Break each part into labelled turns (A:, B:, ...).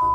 A: a-"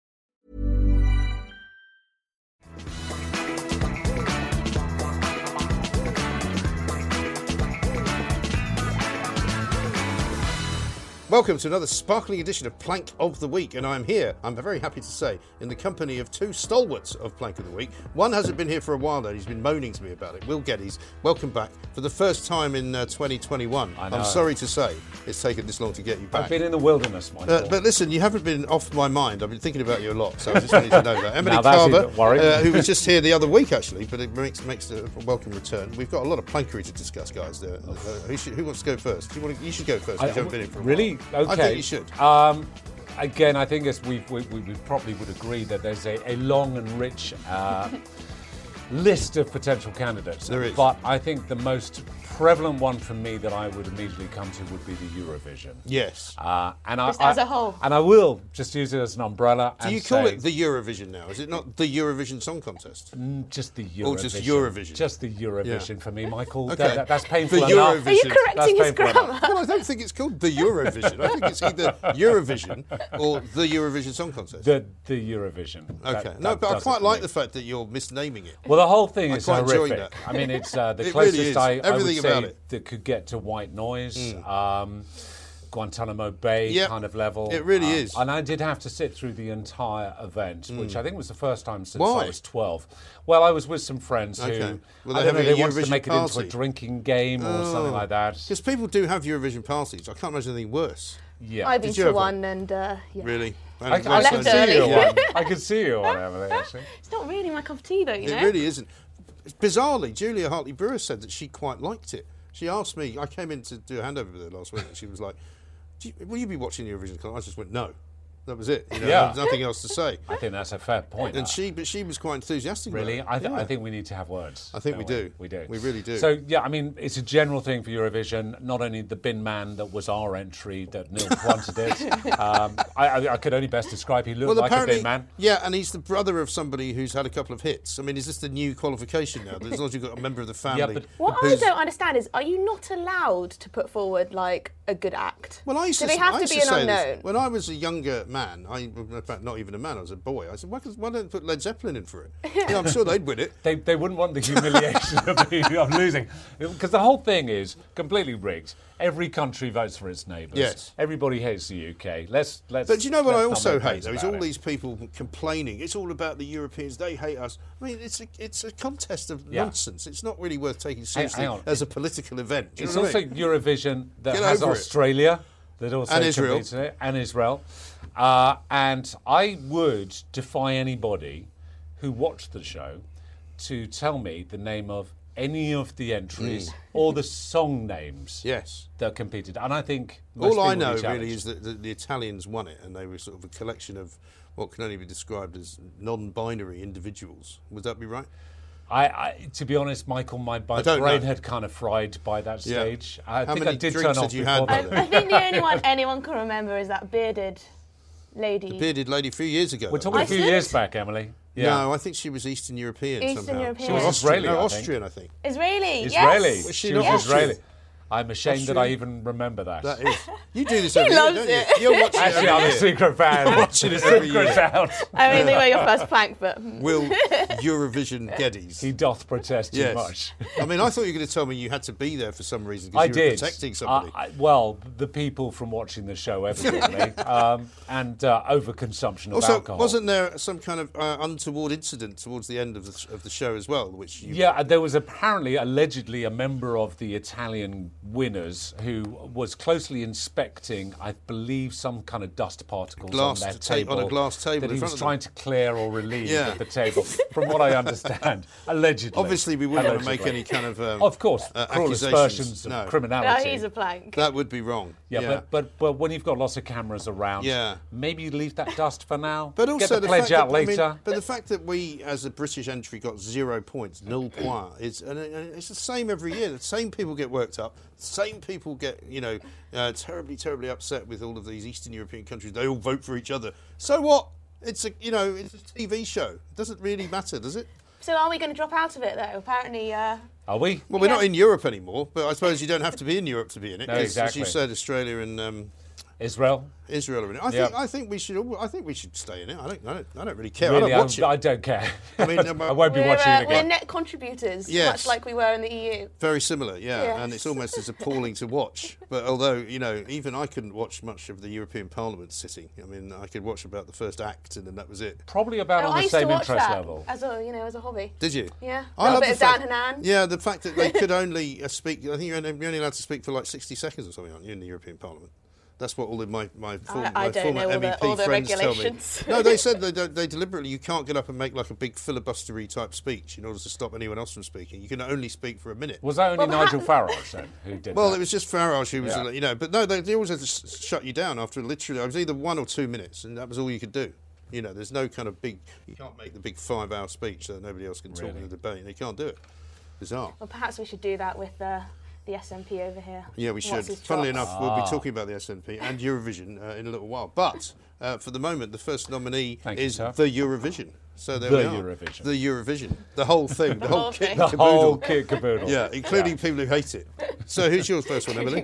B: Welcome to another sparkling edition of Plank of the Week, and I'm here, I'm very happy to say, in the company of two stalwarts of Plank of the Week. One hasn't been here for a while now, he's been moaning to me about it. Will Geddes, welcome back for the first time in uh, 2021.
C: I know.
B: am sorry to say it's taken this long to get you back.
C: I've been in the wilderness, Michael.
B: Uh, but listen, you haven't been off my mind. I've been thinking about you a lot, so I just wanted to know that. Emily
C: Now that's
B: Carver,
C: even worrying.
B: uh, who was just here the other week, actually, but it makes makes a welcome return. We've got a lot of plankery to discuss, guys. There, uh, who, should, who wants to go first? Do you, want to, you should go first. 'cause you haven't been in for a
C: really?
B: while.
C: Okay.
B: I think you should.
C: Um, again, I think as we've, we, we, we probably would agree that there's a, a long and rich uh, list of potential candidates.
B: There is.
C: But I think the most prevalent one for me that I would immediately come to would be the Eurovision.
B: yes.
C: Uh, and I,
D: Just as
C: I-
D: a whole.
C: And I will just use it as an umbrella.
B: Do
C: and
B: you call
C: say
B: it the Eurovision now? Is it not the Eurovision Song Contest?
C: just the Eurovision?
B: Oh, just Eurovision.
C: Just the Eurovision
B: Yeah.
C: for me, Michael.
B: Okay.
C: That- that- that's painful
B: The
C: enough.
B: Eurovision. Are you
D: correcting his
C: painful enough.
B: Well, I don't think it's called the Eurovision. I think it's either Eurovision or the Eurovision Song Contest.
C: The, the Eurovision. That-
B: okay. no,
C: that
B: but I
C: does it
B: quite
C: for
B: like
C: me.
B: the fact that you're misnaming it.
C: Well, the whole thing
B: I
C: is
B: quite enjoyed
C: horrific.
B: that.
C: I mean, it's uh, the
B: It really
C: closest
B: is.
C: I, I would
B: Everything about
C: say
B: it. Hmm.
C: that could get to white noise. Um, Guantanamo Bay
B: Yep.
C: kind of level.
B: It really
C: Um,
B: is. Hmm.
C: And I did have to sit through the entire event, which I think was the first time since
B: Why?
C: I was 12. Well, I was with some friends
B: Okay.
C: who,
B: Were they
C: I don't know,
B: having a
C: they wanted
B: Eurovision
C: to make it into
B: party? Oh.
C: a drinking game or something like that.
B: Because people do have Eurovision parties. I can't imagine anything worse.
C: Yeah.
D: I've been
B: Did you
D: to
B: have one?
D: one, and uh, yeah.
B: Really?
C: I,
B: And
C: I
B: most
C: could
D: left
B: places-
C: see you
D: early.
C: on. I could see you on Emily, actually.
D: it's not really my cup of tea, though. You know,
B: It really isn't. Bizarrely, Julia Hartley Brewer said that she quite liked it. She asked me, I came in to do a handover with her last week, and she was like, do you, Will you be watching Eurovision? Con-? I just went, No. That was it. You know,
C: Yeah.
B: there was nothing else to say.
C: I think that's a fair point.
B: And
C: uh,
B: she, but she was quite enthusiastic. about
C: Really,
B: it.
C: I, th-
B: Yeah.
C: I think we need to have words.
B: I think we
C: don't
B: do.
C: We do.
B: We really do.
C: So yeah, I mean, it's a general thing for Eurovision. Not only the bin man that was our entry that Neil wanted it. Um, I, I, I could only best describe he looked
B: Well,
C: like a
B: apparently,
C: bin man.
B: yeah, and he's the brother of somebody who's had a couple of hits. I mean, is this the new qualification now? That as long as you've got a member of the family.
C: but-
D: what I
B: who's-
D: don't understand is, are you not allowed to put forward like a good act?
B: Well, I used
D: Do
B: to,
D: they have
B: I
D: to
B: used
D: be
B: to
D: an
B: say this.
D: unknown?
B: When I was a younger man, I, in fact, not even a man, I was a boy. I said, why, could- why don't they put Led Zeppelin in for it? You know, I'm sure they'd win it.
C: They, they wouldn't want the humiliation of, being, of losing. Because the whole thing is completely rigged. Every country votes for its neighbours.
B: Yes.
C: Everybody hates the UK. Let's let's.
B: But do you know what
C: let's
B: I
C: not
B: also
C: make
B: hate?
C: jokes
B: Though is
C: about
B: all
C: it.
B: these people complaining. It's all about the Europeans. They hate us. I mean, it's a, it's a contest of
C: Yeah.
B: nonsense. It's not really worth taking seriously
C: hang on.
B: as a political event. Do you
C: It's
B: know what I
C: also
B: mean?
C: Eurovision that
B: Get
C: has
B: over it.
C: Australia that also
B: And Israel.
C: competes in it, and Israel. Uh, and I would defy anybody who watched the show to tell me the name of any of the entries or the song names
B: Hmm. yes.
C: that competed. And I think most
B: All I
C: people
B: know
C: would be
B: really
C: challenged.
B: is that the, the Italians won it, and they were sort of a collection of what can only be described as non-binary individuals. Would that be right?
C: I, I, to be honest, Michael, my, my
B: don't
C: brain
B: know.
C: had kind of fried by that
B: Yeah.
C: stage. I
B: How
C: think I
B: many
C: did
B: drinks
C: turn off
B: had you
C: before
B: had by
C: that.
B: then?
D: I think the only one anyone can remember is that bearded lady.
B: Bearded lady a few years ago.
C: We're talking a few
D: Iceland?
C: years back, Emily.
B: No, I think she was Eastern European
D: Eastern
B: somehow.
D: European.
B: She was
D: She was
B: Austrian,
C: Israeli,
B: no,
C: I think.
B: Austrian, I think.
D: Israeli.
C: Israeli.
D: Yes.
B: Was she
C: was
B: not Austrian?
C: Israeli. I'm ashamed that I even remember that.
B: That is. You do this every year,
D: loves
B: don't
D: it.
B: you? You're watching
C: Actually,
B: it every
C: I'm a
B: year.
C: secret fan.
B: watching it every
C: Secret
B: year.
C: fan.
D: I mean, they were your first plank, but mm,
B: Will Eurovision Geddes.
C: He doth protest too much.
B: I mean, I thought you were going to tell me you had to be there for some reason because
C: I
B: you
C: did.
B: were protecting
C: Uh,
B: somebody.
C: I- well, the people from watching the show, evidently, um, and uh, overconsumption of
B: also,
C: alcohol.
B: wasn't there some kind of uh, untoward incident towards the end of the, of the show as well, which you
C: Yeah, uh, there was apparently, allegedly, a member of the Italian winners who was closely inspecting, I believe, some kind of dust particles
B: Glass
C: on
B: to
C: their
B: ta- on a
C: table.
B: glass table
C: that
B: in
C: he
B: front
C: was
B: of
C: trying to clear or relieve
B: Yeah.
C: at the table, from what I understand, allegedly.
B: Obviously, we wouldn't want to make
C: Allegedly.
B: any kind of. Um,
C: Of course,
B: uh,
C: cruel
B: accusations.
C: aspersions of
B: no.
D: no,
C: criminality.
D: Ah, he's a plank.
B: That would be wrong.
C: Yeah, But, but but when you've got lots of cameras around,
B: Yeah.
C: maybe you leave that dust for now.
B: But also
C: get the, pledge
B: fact
C: out
B: that, I mean,
C: later.
B: but the fact that we, as a British entry, got zero points, nil point, is and it- and it's the same every year. The same people get worked up. The same people get you know uh, terribly, terribly upset with all of these Eastern European countries. They all vote for each other. So what? It's a you know it's a TV show. It doesn't really matter, does it?
D: So are we going to drop out of it though? Apparently, uh,
C: Are we?
B: Well, we're
D: Yeah.
B: not in Europe anymore, but I suppose you don't have to be in Europe to be in it.
C: No,
B: 'cause As
C: exactly.
B: you said, Australia and um,
C: Israel?
B: Israel are in it. I
C: Yeah.
B: think I think we should all, I think we should stay in it. I don't I don't, I don't really care.
C: Really,
B: I don't watch
C: I'm- I
B: it.
C: don't care.
B: I mean, um,
C: I won't be
D: we're,
C: watching
D: uh,
C: it
D: we're
C: again.
D: net contributors,
B: Yes.
D: much like we were in the E EU.
B: Very similar, yeah.
D: Yeah.
B: And it's almost as appalling to watch. But although, you know, even I couldn't watch much of the European Parliament sitting. I mean, I could watch about the first act and then that was it.
C: Probably about
D: No,
C: on
D: Oh, I
C: the
D: used to
C: same
D: watch
C: interest
D: that
C: level.
D: as a you know as a hobby.
B: Did you?
D: Yeah. Got a bit
B: the
D: of Dan
B: fact-
D: Hanan.
B: Yeah, the fact that they could only uh, speak, I think you're only you're only allowed to speak for like 60 seconds or something, aren't you, in the European Parliament? That's what all of my, my, form,
D: I
B: my
D: don't
B: former
D: know all the-
B: MEP
D: all the
B: friends tell me.
D: regulations.
B: No, they said they, don't, they deliberately, you can't get up and make like a big filibustery type speech in order to stop anyone else from speaking. You can only speak for a minute.
C: Was that only
D: Well,
C: Nigel
D: that-
C: Farage then who did
B: Well,
C: that?
B: it was just Farage who was,
C: Yeah.
B: you know, but no, they, they always had to s- shut you down after literally, I was either one or two minutes, and that was all you could do. You know, there's no kind of big, you can't make the big five hour speech so that nobody else can talk in the debate. They can't do it. Bizarre.
D: Well, perhaps we should do that with the the SNP over here.
B: Yeah, we
D: What's
B: should.
D: his
B: Funnily
D: chops?
B: enough, we'll
C: Ah.
B: be talking about the SNP and Eurovision uh, in a little while. But uh, for the moment, the first nominee
C: Thank you,
B: is
C: sir.
B: the Eurovision. So there
C: The
B: we are.
C: Eurovision.
B: The Eurovision. The whole thing. The, whole
D: whole
B: kit
D: thing.
B: and
C: the
B: caboodle.
C: whole kit caboodle.
B: Yeah, including people who hate it. So who's yours first one, Emily?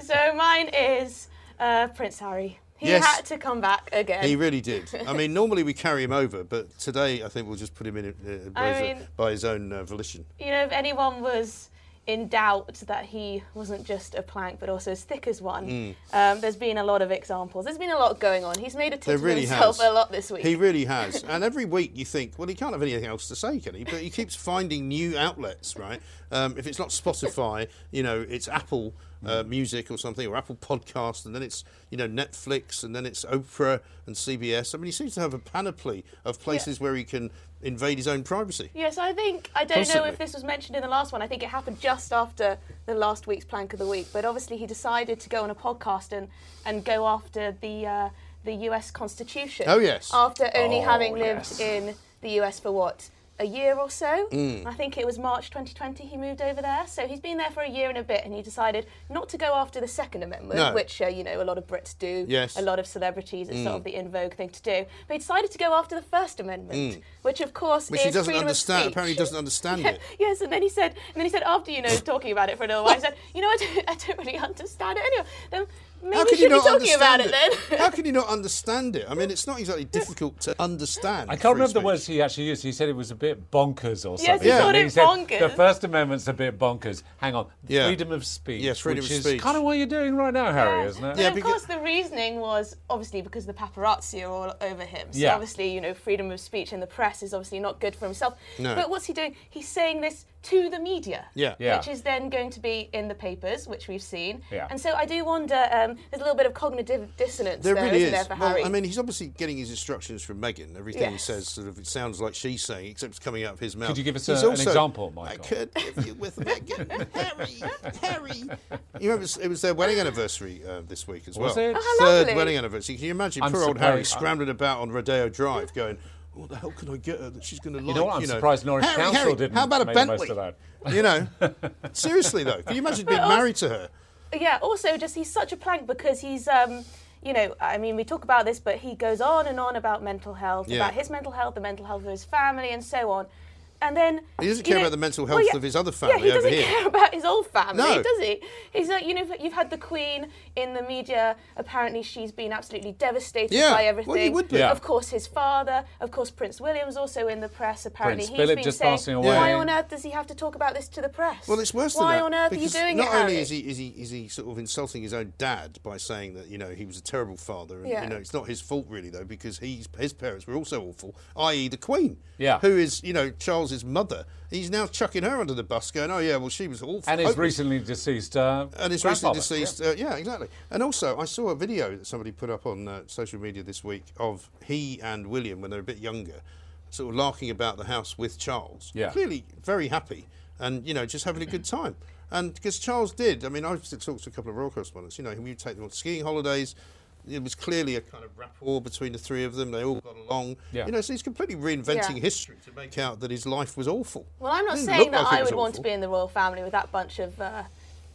D: so mine is uh, Prince Harry. He
B: Yes.
D: had to come back again.
B: He really did. I mean, normally we carry him over, but today I think we'll just put him in uh, by,
D: I
B: his,
D: mean-
B: by his own uh, volition.
D: you know, if anyone was in doubt that he wasn't just a plank but also as thick as one,
B: Mm.
D: um, there's been a lot of examples. There's been a lot going on. He's made a tit
B: There
D: of
B: really
D: himself
B: has.
D: a lot this week.
B: He really has. And every week you think, well, he can't have anything else to say, can he? But he keeps finding new outlets, right? Um, if it's not Spotify, you know, it's Apple uh, Music or something, or Apple Podcast, and then it's, you know, Netflix, and then it's Oprah and CBS. I mean, he seems to have a panoply of places where he can invade his own privacy.
D: Yes, I think I don't know
B: Constantly.
D: if this was mentioned in the last one. I think it happened just after the last week's plank of the week. But obviously, he decided to go on a podcast and and go after the uh, the U.S. Constitution.
B: Oh, yes.
D: After only
C: Oh,
D: having lived
C: yes.
D: in the U.S. for what a year or so.
B: Mm.
D: I think it was March 2020 he moved over there. So he's been there for a year and a bit, and he decided not to go after the Second Amendment,
B: No.
D: which uh, you know a lot of Brits do.
B: Yes. Mm.
D: A lot of celebrities. It's sort of the in vogue thing to do. But he decided to go after the First Amendment,
B: Mm.
D: which of course
B: Which
D: is
B: he doesn't
D: freedom of
B: understand. Apparently, he
D: speech.
B: doesn't understand it.
D: Yes, and then he said, and then he said after you know talking about it for a little while, he said, you know, I don't, I don't really understand it anyway. Then maybe
B: How
D: you
B: can you
D: should be
B: not
D: talking about
B: understand
D: it, then.
B: How can you not understand it? I mean, it's not exactly difficult to understand.
C: I can't
B: free
C: remember the
B: speech.
C: words he actually used. He said it was a bit bonkers or
D: Yes,
C: something.
D: he called
C: He
D: it
C: said,
D: bonkers.
C: The First Amendment's a bit bonkers. Hang on.
B: Yeah.
C: Freedom of speech.
B: Yes, freedom
C: which
B: of
C: is
B: speech.
C: kind of what you're doing right now, Harry, isn't it?
D: But
B: Yeah,
D: of
B: because-
D: course, the reasoning was obviously because the paparazzi are all over him. So
C: Yeah.
D: obviously, you know, freedom of speech and the press is obviously not good for himself.
B: No.
D: But what's he doing? He's saying this to the media.
B: Yeah.
C: Yeah.
D: Which is then going to be in the papers, which we've seen.
C: Yeah.
D: And so I do wonder. Um, there's a little bit of cognitive dissonance
B: There really
D: isn't
B: is.
D: there for
B: well,
D: Harry?
B: I mean, he's obviously getting his instructions from Megan. Everything he
D: Yes.
B: says sort of it sounds like she's saying, except it's coming out of his mouth.
C: you give us
B: He's
C: a- an
B: also-
C: example,
B: I
C: Michael?
B: could if you with Megan, Harry, Harry. You remember it was their wedding anniversary uh, this week as
C: Was
B: well.
C: it? Oh,
D: how
B: Third
D: lovely.
B: wedding anniversary. Can you imagine
C: I'm uh,
B: poor old
C: surprised-
B: Harry scrambling about on Rodeo Drive, going, "What the hell can I get her that she's going to like?"
C: know what? I'm surprised Norwich
B: Harry,
C: Council
B: Harry,
C: didn't
B: How about a
C: make the
B: Bentley?
C: most of that.
B: You know, seriously though, can you imagine being married to her?
D: Yeah, also just he's such a plank because he's um you know, I mean, we talk about this, but he goes on and on about mental health,
B: Yeah.
D: about his mental health, the mental health of his family, and so on. and then
B: He doesn't
D: you
B: care
D: know-
B: about the mental
D: Well,
B: health
D: yeah-
B: of his other
D: Yeah, he
B: family over
D: doesn't
B: here.
D: care about his old family,
B: No.
D: does he? He's like, you know, you've had the Queen in the media. Apparently, she's been absolutely devastated
B: Yeah,
D: by
B: well, you
D: everything.
B: would be.
C: Yeah.
D: Of course, his father. Of course, Prince William's also in the press. Apparently,
C: Prince
D: he's
C: Philip
D: been
C: just
D: saying,
C: passing
D: why
C: away.
D: on earth does he have to talk about this to the press?
B: Well, it's worse than
D: why
B: that.
D: on earth are you
B: because
D: doing
B: not
D: it,
B: only
D: Harry?
B: is he, is he is he sort of insulting his own dad by saying that you know he was a terrible father, and
D: Yeah.
B: you know it's not his fault really though because he's, his parents were also awful, i.e. the Queen,
C: Yeah.
B: who is you know Charles's mother. He's now chucking her under the bus, going, oh yeah, well she was awful,
C: And his
B: hopeless."
C: recently deceased uh,
B: and his recently
C: grandfather.
B: deceased. Uh, yeah, exactly. And also, I saw a video that somebody put up on uh, social media this week of he and William when they were a bit younger, sort of larking about the house with Charles.
C: Yeah.
B: Clearly very happy and, you know, just having a good time. And because Charles did, I mean, I've talked to a couple of royal correspondents, you know, who would take them on skiing holidays. It was clearly a kind of rapport between the three of them. They all got along.
C: Yeah.
B: You know, so he's completely reinventing
D: Yeah.
B: history to make out that his life was awful.
D: Well, I'm not
B: It didn't
D: saying
B: look
D: that
B: like it
D: I
B: was
D: would want to
B: awful.
D: be in the royal family with that bunch of, uh,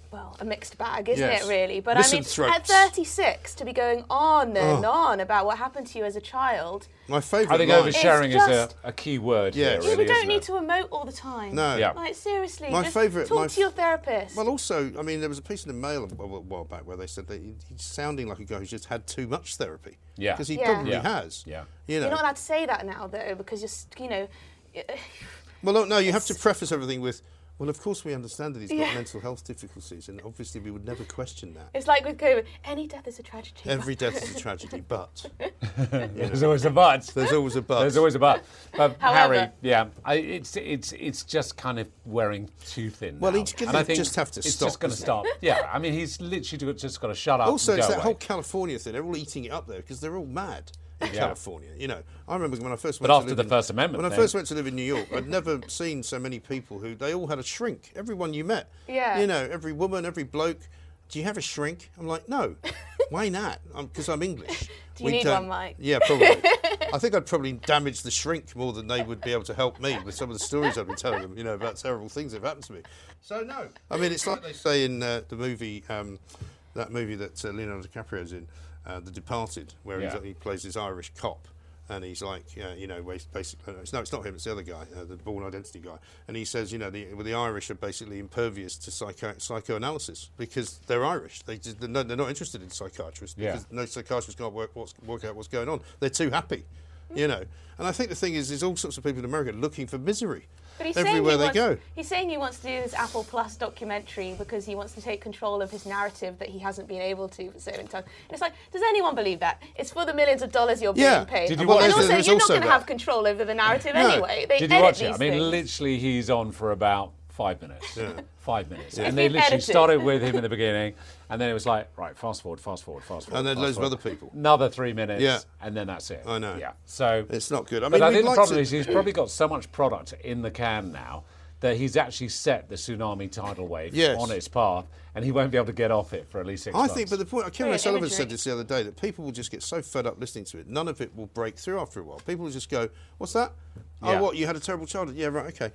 D: well, a mixed bag, isn't
B: Yes.
D: it, really? But I mean, at
B: Misanthropes.
D: 36, to be going on
B: Oh.
D: and on about what happened to you as a child,
B: My favourite
C: I think
B: line-
C: oversharing
D: It's
C: is a,
D: just-
C: a key word
B: Yeah,
C: here,
B: it's-
C: really.
D: we don't
C: isn't
D: need
C: it?
D: to emote all the time.
B: No.
C: Yeah.
D: Like, seriously,
B: My
D: just
B: favourite-
D: talk
B: my
D: to your
B: f-
D: therapist.
B: Well, also, I mean, there was a piece in the Mail a wh- wh- while back where they said that he- he's sounding like a guy who's just had too much therapy.
C: Yeah.
B: Because he
D: Yeah.
B: probably
C: Yeah.
B: has.
C: Yeah.
B: You know.
D: You're not allowed to say that now, though, because you're, s- you know,
B: well, no, no, you have to preface everything with, well, of course we understand that he's got
D: Yeah.
B: mental health difficulties, and obviously we would never question that.
D: it's like with COVID, any death is a tragedy.
B: Every death is a tragedy, but
C: There's always a but.
B: there's always a but.
C: There's always a but. But
D: However-
C: Harry, yeah, I, it's it's it's just kind of wearing too thin.
B: Well,
C: now.
B: he's gonna
C: And I think
B: just have to
C: it's
B: stop,
C: just going to
B: isn't
C: stop. Yeah, I mean, he's literally got- just got to shut up.
B: Also,
C: and go
B: it's that
C: away.
B: whole California thing. They're all eating it up there because they're all mad in California. You know, I remember when I first went.
C: after
B: to live
C: the
B: in-
C: First Amendment
B: when I
C: thing-
B: first went to live in New York, I'd never seen so many people who they all had a shrink. Everyone you met,
D: Yeah.
B: you know, every woman, every bloke. Do you have a shrink? I'm like, no. Why not? Because I'm, English.
D: Do you need
B: don't-
D: one, Mike?
B: Yeah, probably. I think I'd probably damage the shrink more than they would be able to help me with some of the stories I've been telling them, you know, about terrible things that have happened to me. So, no. I mean, it's like they say in uh, the movie, um, that movie that uh, Leonardo DiCaprio's in, uh, The Departed, where
C: Yeah.
B: he's, he plays this Irish cop. And he's like, uh, you know, bas- basically, no, it's, no, it's not him, it's the other guy, uh, the born identity guy. And he says, you know, the, well, the Irish are basically impervious to psycho- psychoanalysis because they're Irish. They just, they're, not, they're not interested in psychiatrists
C: Yeah.
B: because no psychiatrist can't work, what's, work out what's going on. They're too happy, you know. And I think the thing is, there's all sorts of people in America looking for misery
D: But he's
B: everywhere they
D: saying he
B: go.
D: wants, He's saying he wants to do this Apple Plus documentary because he wants to take control of his narrative that he hasn't been able to for so many times. And it's like, does anyone believe that? It's for the millions of dollars you're
B: Yeah.
D: being paid.
B: Did you
D: and
B: watch
D: also,
B: it? There
D: you're
B: is
D: not
B: also
D: going to
B: that.
D: have control over the narrative
B: No.
D: anyway. They
C: Did you
D: edit
C: watch it?
D: these
C: I mean,
D: things.
C: literally, he's on for about five minutes. Five minutes. And they
D: been
C: literally
D: edited.
C: started with him in the beginning, and then it was like, right, fast forward, fast forward, fast forward.
B: And then
C: fast
B: loads of
C: forward.
B: other people.
C: Another three minutes,
B: Yeah.
C: and then that's it.
B: I know.
C: Yeah. So
B: It's not good. I
C: but
B: mean,
C: I
B: we'd
C: think
B: like
C: the problem
B: to-
C: is he's probably got so much product in the can now that he's actually set the tsunami tidal wave
B: Yes.
C: on its path, and he won't be able to get off it for at least six
B: I
C: months.
B: think, but the point, Kevin
D: Great
B: O'Sullivan
D: imagery.
B: said this the other day that people will just get so fed up listening to it, none of it will break through after a while. People will just go, "What's that?
C: Yeah.
B: Oh, what? You had a terrible childhood? Yeah, right, okay.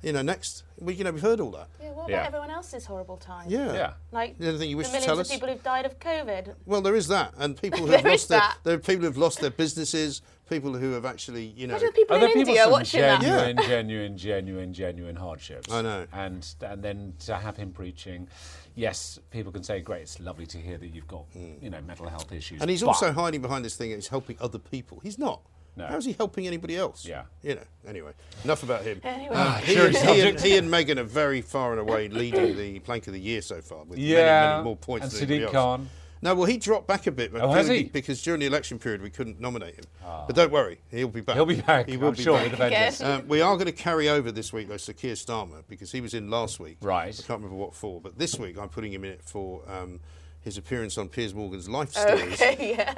B: you know, next, we, you know, we've heard all that.
D: Yeah, what about
C: Yeah.
D: everyone else's horrible time?
B: Yeah.
C: Yeah.
D: Like
B: The other thing you wish to
D: the millions
B: tell
D: of
B: us?
D: people who've died of COVID.
B: Well, there is that, and people who have
D: There
B: lost
D: is
B: their,
D: that.
B: there are people who've lost their businesses, people who have actually, you know,
D: Imagine the people
C: Are there
D: in
C: people
D: India
C: some
D: watching that.
C: genuine, genuine, genuine, genuine hardships?
B: I know.
C: And and then to have him preaching, yes, people can say, great, it's lovely to hear that you've got you know mental health issues.
B: Hmm. and he's
C: but-
B: also hiding behind this thing that he's helping other people. He's not.
C: No.
B: How's he helping anybody else?
C: Yeah. Ah,
B: You know. Anyway, enough about him.
D: Anyway.
B: Uh, he, and, he, and, he and Megan are very far and away leading the plank of the year so far with many,
C: Yeah,
B: many more points
C: and
B: than anybody
C: Sadiq
B: else.
C: Khan.
B: No, well, he dropped back a bit, but
C: Oh, has
B: purely
C: he? Ah.
B: because during the election period we couldn't nominate him. But don't worry, he'll be back.
C: he'll be back.
B: He will
C: I'm
B: be
C: sure
B: back.
C: with a vengeance.
D: Again.
B: Um, we are going to carry over this week, though, Sir Keir Starmer, because he was in last week.
C: Right.
B: I can't remember what for, but this week I'm putting him in it for um, his appearance on Piers Morgan's Life Stories.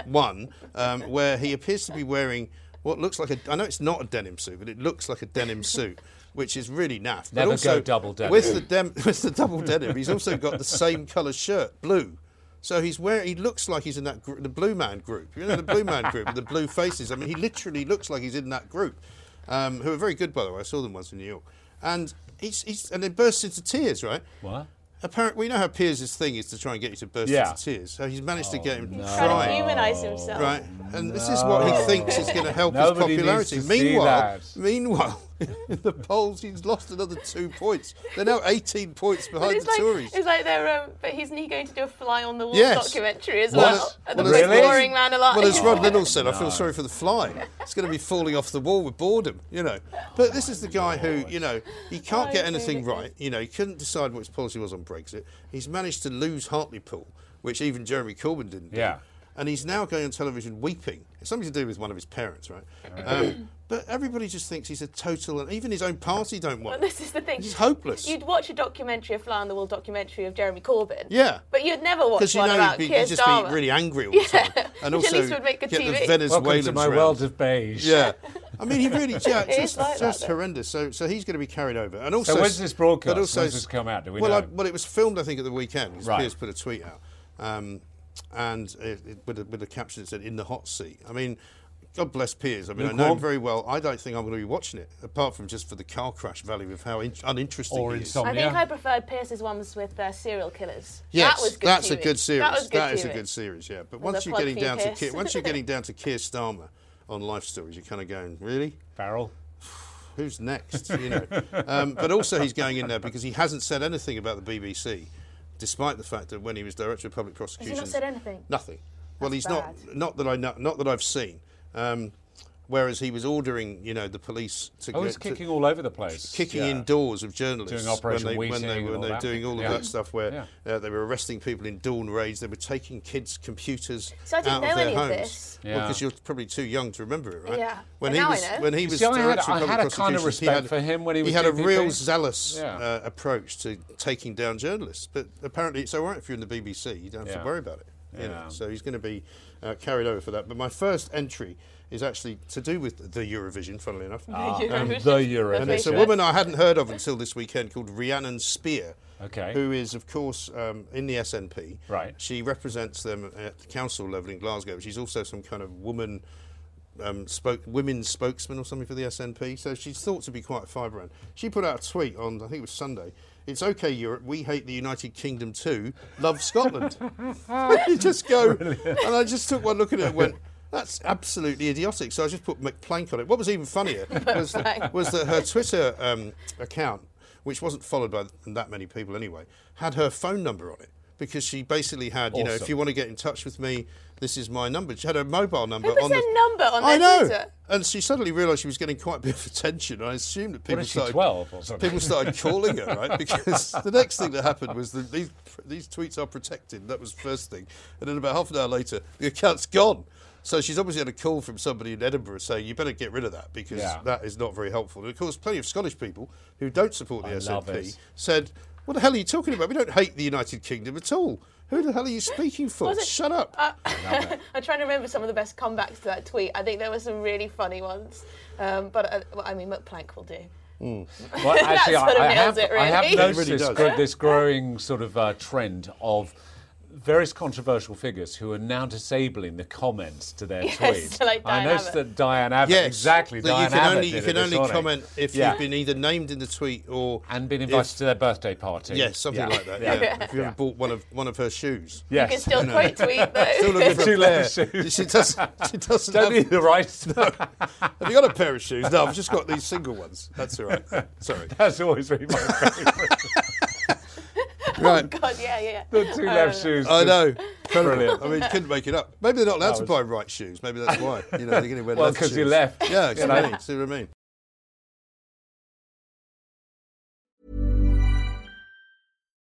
B: One, um, where he appears to be wearing what looks like a. I know it's not a denim suit, but it looks like a denim suit. Which is really naff.
C: Never
B: but also,
C: go double denim.
B: With the, dem- with the double denim, he's also got the same colour shirt, blue. So he's wear- he looks like he's in that gr- the Blue Man group. You know the Blue Man group with the blue faces. I mean, he literally looks like he's in that group, um, who are very good by the way. I saw them once in New York, and he's, he's and they burst into tears, right?
C: What?
B: Apparently, we know how Piers' thing is to try and get you to burst
C: Yeah.
B: into tears. So he's managed to get him
D: Trying Oh, to
B: crying.
D: humanise himself.
B: Right, and this is what he thinks is going to help
C: Nobody
B: his
C: needs
B: popularity.
C: to see
B: meanwhile,
C: that.
B: meanwhile, in the polls. He's lost another two points. They're now 18 points
D: But
B: behind
D: it's
B: the
D: like,
B: Tories.
D: it's like they're, um, but isn't he going to do a fly on the wall
B: Yes.
D: documentary as
C: Well,
D: well?
C: as-
D: At the
C: well,
D: most
C: as-
D: boring man alive.
B: Well, as Rod Liddell said, I feel sorry for the fly. It's going to be falling off the wall with boredom, you know. But this is the guy who, you know, he can't
D: Oh,
B: get
D: it's
B: anything
D: ridiculous.
B: right. You know, he couldn't decide what his policy was on Brexit. He's managed to lose Hartlepool, which even Jeremy Corbyn didn't do.
C: Yeah.
B: And he's now going on television weeping. It's something to do with one of his parents, right? Um, but everybody just thinks he's a total, and even his own party don't want. him.
D: This is the thing.
B: He's hopeless.
D: You'd watch a documentary, a fly on the wall documentary of Jeremy Corbyn.
B: Yeah.
D: But you'd never watch
B: Because you
D: one
B: know
D: about
B: he'd, be,
D: Keir
B: he'd just
D: Starmer.
B: be really angry all the time, and
D: which at
B: also
D: least would make good
B: get
D: TV.
B: the
C: Welcome
B: Venezuelans
C: to my
B: round.
C: world of beige.
B: Yeah, I mean, he really yeah,
D: It is
B: just,
D: like that,
B: just
D: though.
B: horrendous. So, so he's going to be carried over. And also,
C: when's this broadcast?
B: but also-
C: When's this come out? Do we
B: well, I,
C: know?
B: well, it was filmed, I think, at the weekend. 'cause
C: Right.
B: Piers put a tweet out, um, and it, it, with a, with a caption that said "In the hot seat." I mean. God bless Piers. I mean, I know him
C: Lukewarm.
B: very well. I don't think I'm going to be watching it, apart from just for the car crash value of how in- uninteresting
C: Or
B: he is.
C: insomnia.
D: I think I preferred Pierce's ones with uh, serial killers.
B: Yes,
D: that was good
B: that's
D: TV.
B: a good series.
D: That was good
B: that is a
D: TV.
B: good series. Yeah, but
D: Well,
B: once
D: the
B: you're
D: plug
B: getting
D: for your
B: down to
D: Piers.
B: Keir, once you're getting down to Keir Starmer on Life Stories, you're kind of going, really?
C: Farrell.
B: who's next? You know. um, but also, he's going in there because he hasn't said anything about the BBC, despite the fact that when he was director of public prosecutions,
D: said anything?
B: Nothing. well, he's
D: That's
B: not. Not that I know. Not that I've seen. Um, whereas he was ordering, you know, the police to
C: Oh,
B: go
C: he's
B: to-
C: kicking all over the place.
B: kicking
C: Yeah.
B: in doors of journalists
C: Doing Operation
B: when they, when
C: Weeting
B: they
C: and
B: were
C: all
B: they're
C: that.
B: doing all
C: Yeah.
B: of that stuff where
C: Yeah.
B: uh, they were arresting people in dawn raids they were taking kids computers
D: So I didn't
B: out
D: know
B: of their
D: any of
B: homes
D: this.
C: Yeah.
B: because you're probably too young to remember it right
D: Yeah.
B: when
D: But
B: he
D: now I
B: was
D: know.
B: when he was
C: see, I had-
B: director
C: I
B: of
C: had a
B: public
C: kind
B: prosecutions,
C: of
B: he
C: respect
B: had-
C: for him when he was
B: had a
C: DPP.
B: real zealous
C: Yeah.
B: uh, approach to taking down journalists but apparently it's all right if you're in the BBC you don't have
C: Yeah.
B: to worry about it you know.
C: Yeah.
B: so he's going to be uh, carried over for that but my first entry is actually to do with the Eurovision funnily enough
C: And the Eurovision.
B: and it's a
C: Okay.
B: woman I hadn't heard of until this weekend called Rhiannon Spear.
C: Okay.
B: Who is, of course, um, in the SNP.
C: Right.
B: She represents them at the council level in Glasgow. but She's also some kind of woman. Um, spoke women's spokesman or something for the SNP, so she's thought to be quite fibrant. She put out a tweet on I think it was Sunday. It's okay, Europe. We hate the United Kingdom too. Love Scotland. you just go, and I just took one look at it and went, "That's absolutely idiotic." So I just put McPlank on it. What was even funnier was that, was that her Twitter um, account, which wasn't followed by that many people anyway, had her phone number on it because she basically had, you know, if
C: Awesome.
B: you want to get in touch with me, this is my number. She had her mobile number
D: Who puts
B: on
D: their
B: the
D: number on
B: I
D: their
B: know.
D: Twitter?
B: And she suddenly realised she was getting quite a bit of attention. I assumed that people
C: is she,
B: started
C: 12 or something?
B: People started calling her, right? Because the next thing that happened was that these these tweets are protected. That was the first thing. And then about half an hour later, the account's gone. So she's obviously had a call from somebody in Edinburgh saying you better get rid of that because
C: Yeah.
B: that is not very helpful. And of course, plenty of Scottish people who don't support the
C: I love
B: SNP
C: it.
B: said, "What the hell are you talking about? We don't hate the United Kingdom at all. Who the hell are you speaking for?
D: Was it- uh,
B: Shut up."
D: I'm trying to remember some of the best comebacks to that tweet. I think there were some really funny ones, um, but uh, well, I mean, McPlank will do.
C: Well, actually,
D: That sort of
C: I, I, have,
D: nails it,
C: I have
D: really.
C: noticed
B: It really
C: this,
B: does.
C: gro- this growing sort of uh, trend of various controversial figures who are now disabling the comments to their
D: Yes,
C: tweets.
D: like
C: I
D: Diane
C: noticed
D: Abbott.
C: that Diane Abbott,
B: Yes,
C: exactly.
B: that
C: Diane
B: you can
C: Abbott
B: only,
C: did
B: you
C: it
B: can
C: this
B: only
C: morning.
B: comment if
C: Yeah.
B: you've been either named in the tweet or
C: and been invited to their birthday party.
B: Yes, something like that. Yeah. If you ever bought one of one of her shoes.
C: Yes.
D: You can still quote tweet though.
B: Still looking for
C: Two
B: a pair.
C: left
B: She doesn't. She doesn't
C: Don't need
B: have,
C: the rights.
B: have you got a pair of shoes? No, I've just got these single ones. That's all right. Sorry.
C: That's always been my favourite. Oh
B: Right.
D: God, yeah, yeah, yeah.
C: the two left shoes.
B: I
C: just-
B: know. Brilliant. I mean, you couldn't make it up. Maybe they're not allowed to buy right shoes. Maybe that's why. You know, they're going to wear
C: Well,
B: left
C: 'cause you
B: shoes.
C: left,
B: Yeah,
C: you know.
B: exactly. See what I mean?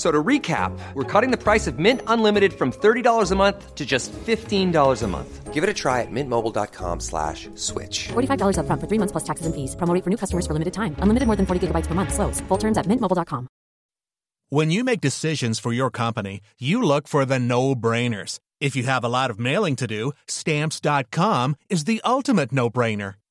A: So to recap, we're cutting the price of Mint Unlimited from $30 a month to just $15 a month. Give it a try at mintmobile.com slash switch.
E: $45 upfront for three months plus taxes and fees. Promo rate for new customers for limited time. Unlimited more than 40 gigabytes per month. Slows. Full terms at mintmobile.com.
F: When you make decisions for your company, you look for the no brainers. If you have a lot of mailing to do, stamps.com is the ultimate no brainer.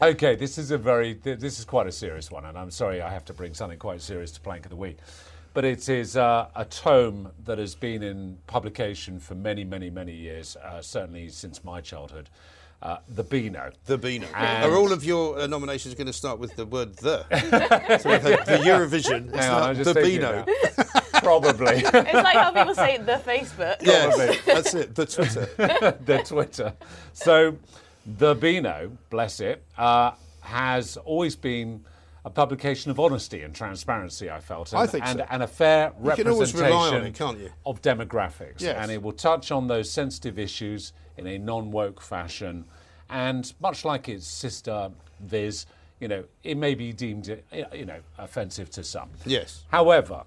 C: Okay, this is a very th- this is quite a serious one, and I'm sorry I have to bring something quite serious to Plank of the Week, but it is uh, a tome that has been in publication for many, many, many years, uh, certainly since my childhood. Uh, the Beano.
B: The Beano.
C: And-
B: Are all of your uh, nominations going to start with the word the? so we've had the Eurovision, it's
C: Hang on, I'm
B: not
C: just
B: the
C: thinking
B: Beano.
C: that. Probably.
D: It's like how people say the Facebook.
B: Yes, that's it, the Twitter.
C: their Twitter. So, the Beano, bless it, uh, has always been a publication of honesty and transparency. I felt, and,
B: I think
C: and,
B: so.
C: and a fair
B: You can always
C: representation
B: rely on it, can't you?
C: of demographics,
B: Yes.
C: and it will touch on those sensitive issues in a non-woke fashion, and much like its sister Viz. You know, it may be deemed, you know, offensive to some.
B: Yes.
C: However,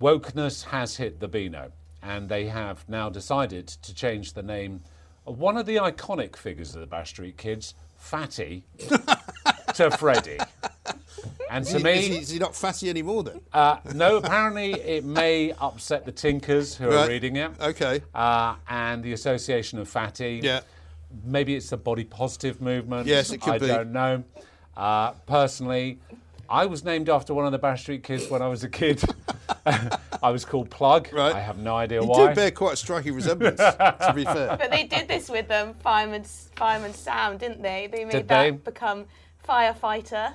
C: wokeness has hit the Beano, and they have now decided to change the name of one of the iconic figures of the Bash Street Kids, Fatty, to Freddie. And to
B: Is-
C: me,
B: is, he, is he not fatty anymore then?
C: uh, no, apparently it may upset the Tinkers who
B: Right.
C: are reading it.
B: Okay.
C: Uh, and the Association of Fatty.
B: Yeah.
C: Maybe it's the body positive movement.
B: Yes, it could
C: I
B: be.
C: don't know. Uh, personally, I was named after one of the Bash Street Kids when I was a kid. I was called Plug.
B: Right.
C: I have no idea
B: He
C: why.
B: did bear quite a striking resemblance, to be fair.
D: But they did this with um, Fireman, Fireman Sam, didn't they? They made
C: Did
D: that
C: they?
D: become firefighter,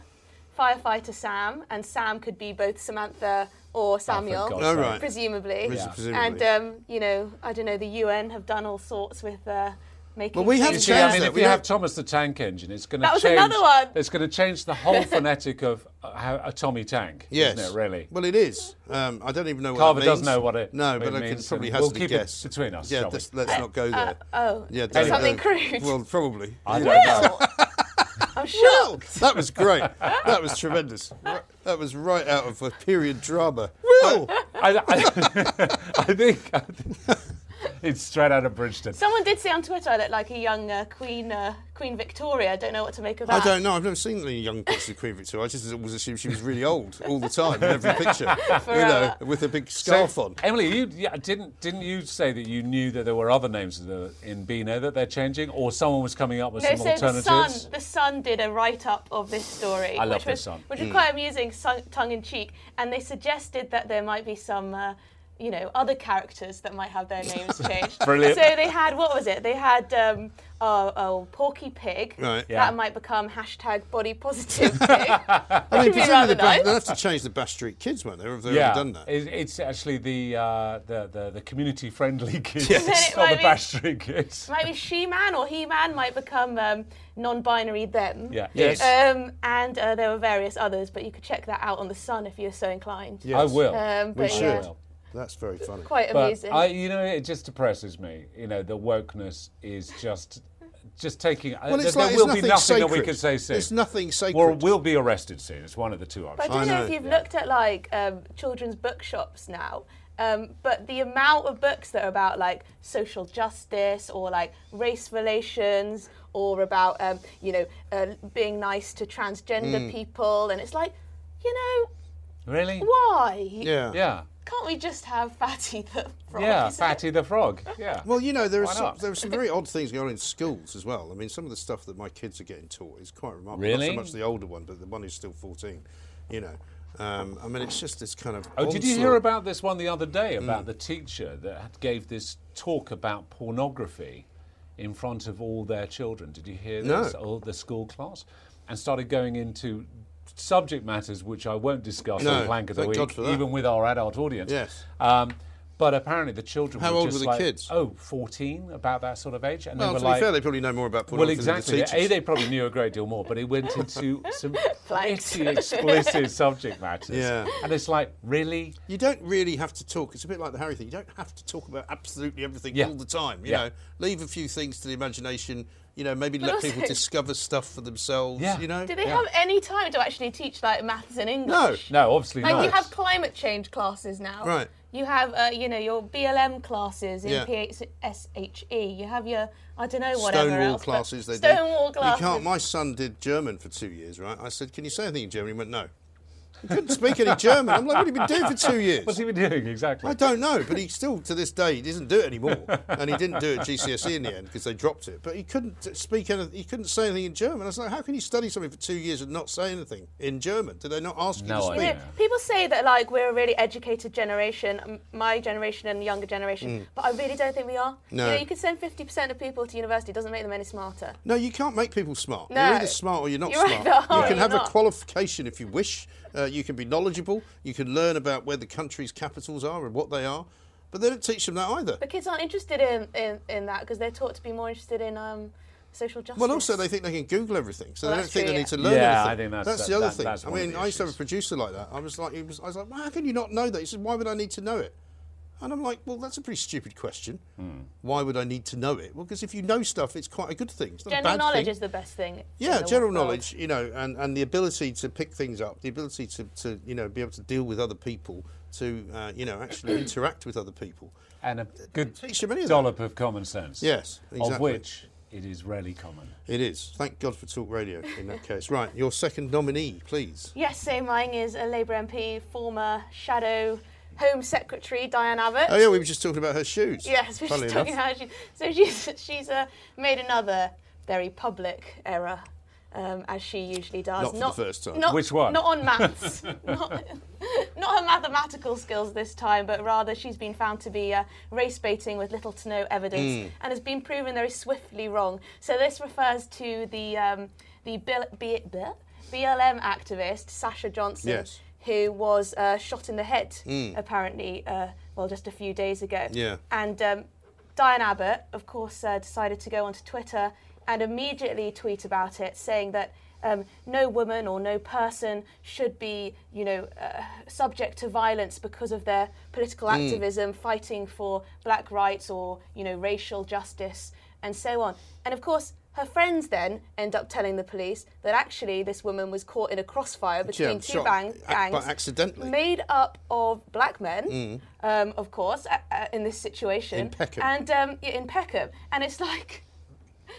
D: firefighter Sam, and Sam could be both Samantha or Samuel,
C: God's
B: Oh, sake. right.
D: presumably.
B: Pres- Yeah.
D: And
B: presumably.
D: um, you know, I don't know. The UN have done all sorts with uh, making.
B: Well, we have
C: You
D: things,
C: see, I
B: changed
D: uh,
C: mean,
B: that.
C: if
B: We
C: you
B: don't-
C: have Thomas the Tank Engine, it's going to
D: That was
C: change.
D: another one.
C: It's going to change the whole phonetic of uh, how- a Tommy Tank,
B: Yes.
C: isn't it? Really?
B: Well, it is. Um, I don't even know what
C: Carver
B: that
C: does
B: means.
C: know what it-
B: No,
C: what
B: but
C: it
B: I can
C: means,
B: probably
C: and
B: hazard
C: we'll
B: a
C: keep it
B: guess.
C: between us,
B: Yeah,
C: shall we?
B: let's, let's not go there.
D: oh,
B: yeah,
D: so
B: don't-
D: something
B: uh,
D: crude.
B: Well, probably.
C: I
B: Yeah.
C: don't know.
D: I'm shocked.
B: That was great. That was tremendous. That was right out of a period drama. Will!
C: I, I, I think I think it's straight out of Bridgeton.
D: Someone did say on Twitter I look like a young uh, Queen uh, Queen Victoria. I don't know what to make of
B: I
D: that.
B: don't know. I've never seen any young pictures of Queen Victoria. I just always assumed she was really old all the time in every picture. you know,
D: Forever.
B: with a big scarf
C: So,
B: on.
C: Emily, you yeah, didn't didn't you say that you knew that there were other names in the- in Beano that they're changing, or someone was coming up with
D: No,
C: some
D: so the
C: alternatives?
D: Sun, the Sun did a write-up of this story,
C: I love
D: which
C: The
D: was
C: Sun. Mm.
D: which was quite amusing, sun- tongue-in-cheek, and they suggested that there might be some, uh, you know, other characters that might have their names changed.
C: Brilliant.
D: So they had what was it? They had um, oh, oh, Porky Pig.
B: Right.
C: Yeah.
D: That might become hashtag Body Positive Pig. I
B: I mean,
D: would be rather
B: presumably the Bash-
D: nice.
B: they'll have to change the Bash Street Kids, won't they? Or have they
C: yeah,
B: already done that?
C: It, it's actually the, uh, the the the community friendly kids,
B: Yes. Then
D: it
C: not the
D: might be-
C: Bash Street kids.
D: Might be She-Man or He-Man might become um, non-binary them.
C: Yeah.
B: Yes.
D: Um, and uh, there were various others, but you could check that out on the Sun if you're so inclined.
B: Yes.
C: I will.
D: Um,
B: We
D: but
B: should.
D: yeah,
B: That's very funny.
D: quite
C: But
D: amusing.
C: I, you know, it just depresses me. You know, the wokeness is just just taking.
B: Well, it's
C: there
B: like
C: will
B: there's
C: be
B: nothing
C: nothing that we
B: sacred.
C: can say soon.
B: There's nothing
C: Or
B: sacred.
C: we'll be arrested soon. It's one of the two options.
D: But I
B: I
D: don't know,
B: know,
D: if you've
C: yeah.
D: looked at like um, children's bookshops now, um, but the amount of books that are about like social justice or like race relations or about um, you know uh, being nice to transgender
B: Hmm.
D: people, and it's like, you know,
C: Really?
D: why?
B: yeah.
C: Yeah.
D: Can't we just have Fatty the frog?
C: Yeah,
D: Is it-
C: Fatty the Frog. Yeah.
B: Well, you know, there are
C: Why
B: some,
C: not?
B: there are some very odd things going on in schools as well. I mean, some of the stuff that my kids are getting taught is quite remarkable. Not so
C: Really?
B: much the older one, but the one who's still 14. You know, um, I mean, it's just this kind of.
C: Oh, did you hear
B: onslaught.
C: about this one the other day
B: Mm.
C: about the teacher that had- gave this talk about pornography in front of all their children? Did you hear
B: No.
C: this? All the school class and started going into subject matters which I won't discuss
B: No,
C: on Plank of the
B: thank
C: Week,
B: God for that.
C: even with our adult audience.
B: Yes.
C: Um, but apparently the children
B: How
C: were
B: old
C: just
B: were the
C: like,
B: kids?
C: oh, 14, about that sort of age. And
B: Well,
C: they
B: to
C: were
B: be
C: like,
B: fair, they probably know more about
C: well,
B: pornography
C: exactly.
B: than the
C: A,
B: teachers.
C: they probably knew a great deal more, but it went into some
D: Flags.
C: pretty explicit subject matters.
B: Yeah.
C: And it's like, really?
B: You don't really have to talk. It's a bit like the Harry thing. You don't have to talk about absolutely everything
C: Yeah.
B: all the time. You
C: Yeah.
B: know, leave a few things to the imagination. You know, maybe
D: But
B: let
D: also-
B: people discover stuff for themselves.
C: Yeah.
B: You know,
D: Do they
C: Yeah.
D: have any time to actually teach like maths and English?
C: No, obviously
D: Like
C: not.
D: you have climate change classes now.
B: Right.
D: You have, uh, you know, your BLM classes in
B: Yeah.
D: PHSHE. E. You have your, I don't know, whatever
B: Stonewall
D: else, but
B: classes. They
D: Stonewall
B: do.
D: classes.
B: You can't. My son did German for two years, right? I said, "Can you say anything in German?" He went, "No." He couldn't speak any German. I'm like, "What have you been doing for two years?"
C: What's he been doing exactly?
B: I don't know, but he still to this day he doesn't do it anymore, and he didn't do it at GCSE E in the end because they dropped it. But he couldn't speak anything. He couldn't say anything in German. I was like, how can you study something for two years and not say anything in German? Did they not ask
C: No
B: you to
D: You
B: speak?
C: idea.
D: know, people say that like we're a really educated generation, m- my generation and the younger generation, but I really don't think we are.
B: Mm. No.
D: You know, you could send 50% of people to university, it doesn't make them any smarter.
B: No, you can't make people smart.
D: No.
B: You're either smart or you're not
D: You're
B: smart.
D: either are
B: you
D: or
B: can
D: you're
B: have a
D: not.
B: qualification if you wish. Uh, you can be knowledgeable. You can learn about where the country's capitals are and what they are. But they don't teach them that either.
D: But kids aren't interested in, in, in that because they're taught to be more interested in um, social justice.
B: Well, also they think they can Google everything, so they
D: Well,
B: don't
D: that's
B: think
D: true,
B: they
D: yeah.
B: need to learn
C: Yeah,
B: anything.
C: I think that's-
B: that's the
C: that-
B: other
C: that-
B: thing.
C: that's
B: I
C: one of
B: mean,
C: the
B: I used to have a
C: issues.
B: producer like that. I was like, he was, I was like, well, how can you not know that? He said, why would I need to know it? And I'm like, well, that's a pretty stupid question.
C: Hmm.
B: Why would I need to know it? Well, because if you know stuff, it's quite a good thing. It's not a
D: general
B: bad
D: knowledge
B: thing.
D: is the best thing. in
B: Yeah,
D: the
B: general
D: world.
B: knowledge, you know, and, and the ability to pick things up, the ability to, to you know, be able to deal with other people, to, uh, you know, actually interact with other people.
C: And a good
B: Teach them any of that.
C: dollop of common sense.
B: Yes, exactly.
C: Of which it is rarely common.
B: It is. Thank God for Talk Radio in that case. Right, your second nominee, please.
D: Yes, so mine is a Labour MP, former shadow Home Secretary Diane Abbott.
B: Oh, yeah, we were just talking about her shoes.
D: Yes, we're
B: Funnily
D: just talking
B: enough.
D: how she. So she's she's uh, made another very public error, um, as she usually does.
B: Not for the first time.
C: Which one?
D: Not on maths. not, not her mathematical skills this time, but rather she's been found to be uh, race baiting with little to no evidence,
B: Hmm.
D: and has been proven very swiftly wrong. So this refers to the um, the Bill, B, B, BLM activist Sasha Johnson
B: Yes.
D: who was uh, shot in the head, apparently, uh, well, just a few days ago.
B: Yeah.
D: And um, Diane Abbott, of course, uh, decided to go onto Twitter and immediately tweet about it, saying that um, no woman or no person should be, you know, uh, subject to violence because of their political activism, fighting for black rights or, you know, racial justice and so on. And of course, her friends then end up telling the police that actually this woman was caught in a crossfire between
B: I'm
D: two
B: shocked.
D: bang,
B: Ac-
D: gangs.
B: but accidentally. Mm.
D: Made up of black men, um, of course, a- a- in this situation.
B: In Peckham.
D: And um, yeah, in Peckham. And it's like.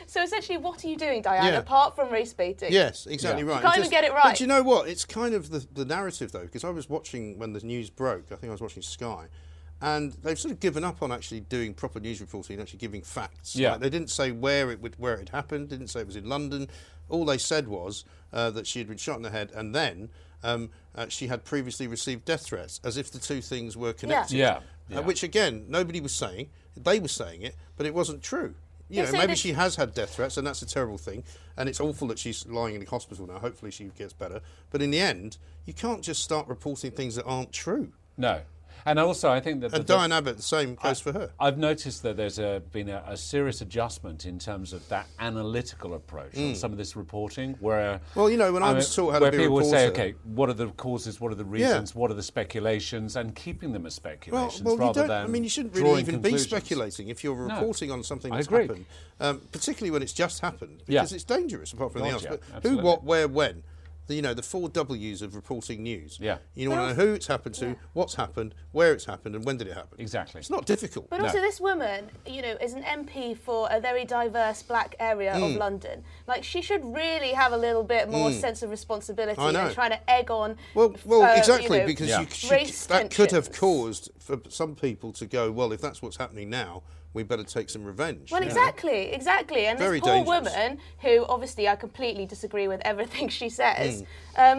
D: So essentially, what are you doing, Diane,
B: Yeah.
D: apart from race baiting?
B: Yes, exactly
C: Yeah.
B: right.
D: You can't
B: And
D: even get it
B: But
D: right.
B: do you know what? It's kind of the, the narrative, though, because I was watching when the news broke, I think I was watching Sky, and they've sort of given up on actually doing proper news reporting and actually giving facts.
C: Yeah.
B: Like, they didn't say where it, would, where it happened, didn't say it was in London. All they said was uh, that she had been shot in the head and then. Um, uh, she had previously received death threats, as if the two things were connected.
C: Yeah,
B: Uh,
C: yeah.
B: which again, nobody was saying. They were saying it, but it wasn't true. You
D: Yeah,
B: know,
D: so
B: maybe
D: this-
B: she has had death threats, and that's a terrible thing. And it's awful that she's lying in the hospital now. Hopefully, she gets better. But in the end, you can't just start reporting things that aren't true.
C: No. And also, I think that
B: And
C: the-
B: Diane Abbott, the same goes for her.
C: I've noticed that there's a, been a, a serious adjustment in terms of that analytical approach on some of this reporting, where
B: Hmm. Well, you know, when I
C: mean,
B: was taught how to
C: where
B: be a
C: people would say,
B: reporter-
C: okay, what are the causes, what are the reasons, what are the speculations, and keeping them as
B: Well,
C: speculations
B: well, you
C: rather
B: don't.
C: than
B: I mean, you shouldn't
C: drawing
B: really even be
C: conclusions.
B: speculating if you're reporting on something
C: I
B: that's
C: agree.
B: happened, um, particularly when it's just happened,
C: Yeah.
B: because it's dangerous. Apart from
C: God,
B: anything
C: yeah,
B: else, but who,
C: absolutely.
B: what, where, when. The, you know the four W's of reporting news.
C: Yeah.
B: You want to know who it's happened to, what's happened, where it's happened, and when did it happen.
C: Exactly.
B: It's not difficult.
D: But also, this woman, you know, is an MP for a very diverse black area
B: Mm.
D: of London. Like, she should really have a little bit more sense of responsibility
B: I know.
D: than trying to egg on.
B: Well, well,
D: uh, you
B: exactly,
D: know,
B: because
C: Yeah.
B: you, she,
D: race
B: that could have
D: tensions.
B: caused for some people to go, well, if that's what's happening now, we better take some revenge.
D: Well,
B: you know?
D: exactly, exactly. And
B: Very
D: this poor
B: dangerous.
D: woman, who obviously I completely disagree with everything she says,
B: Mm.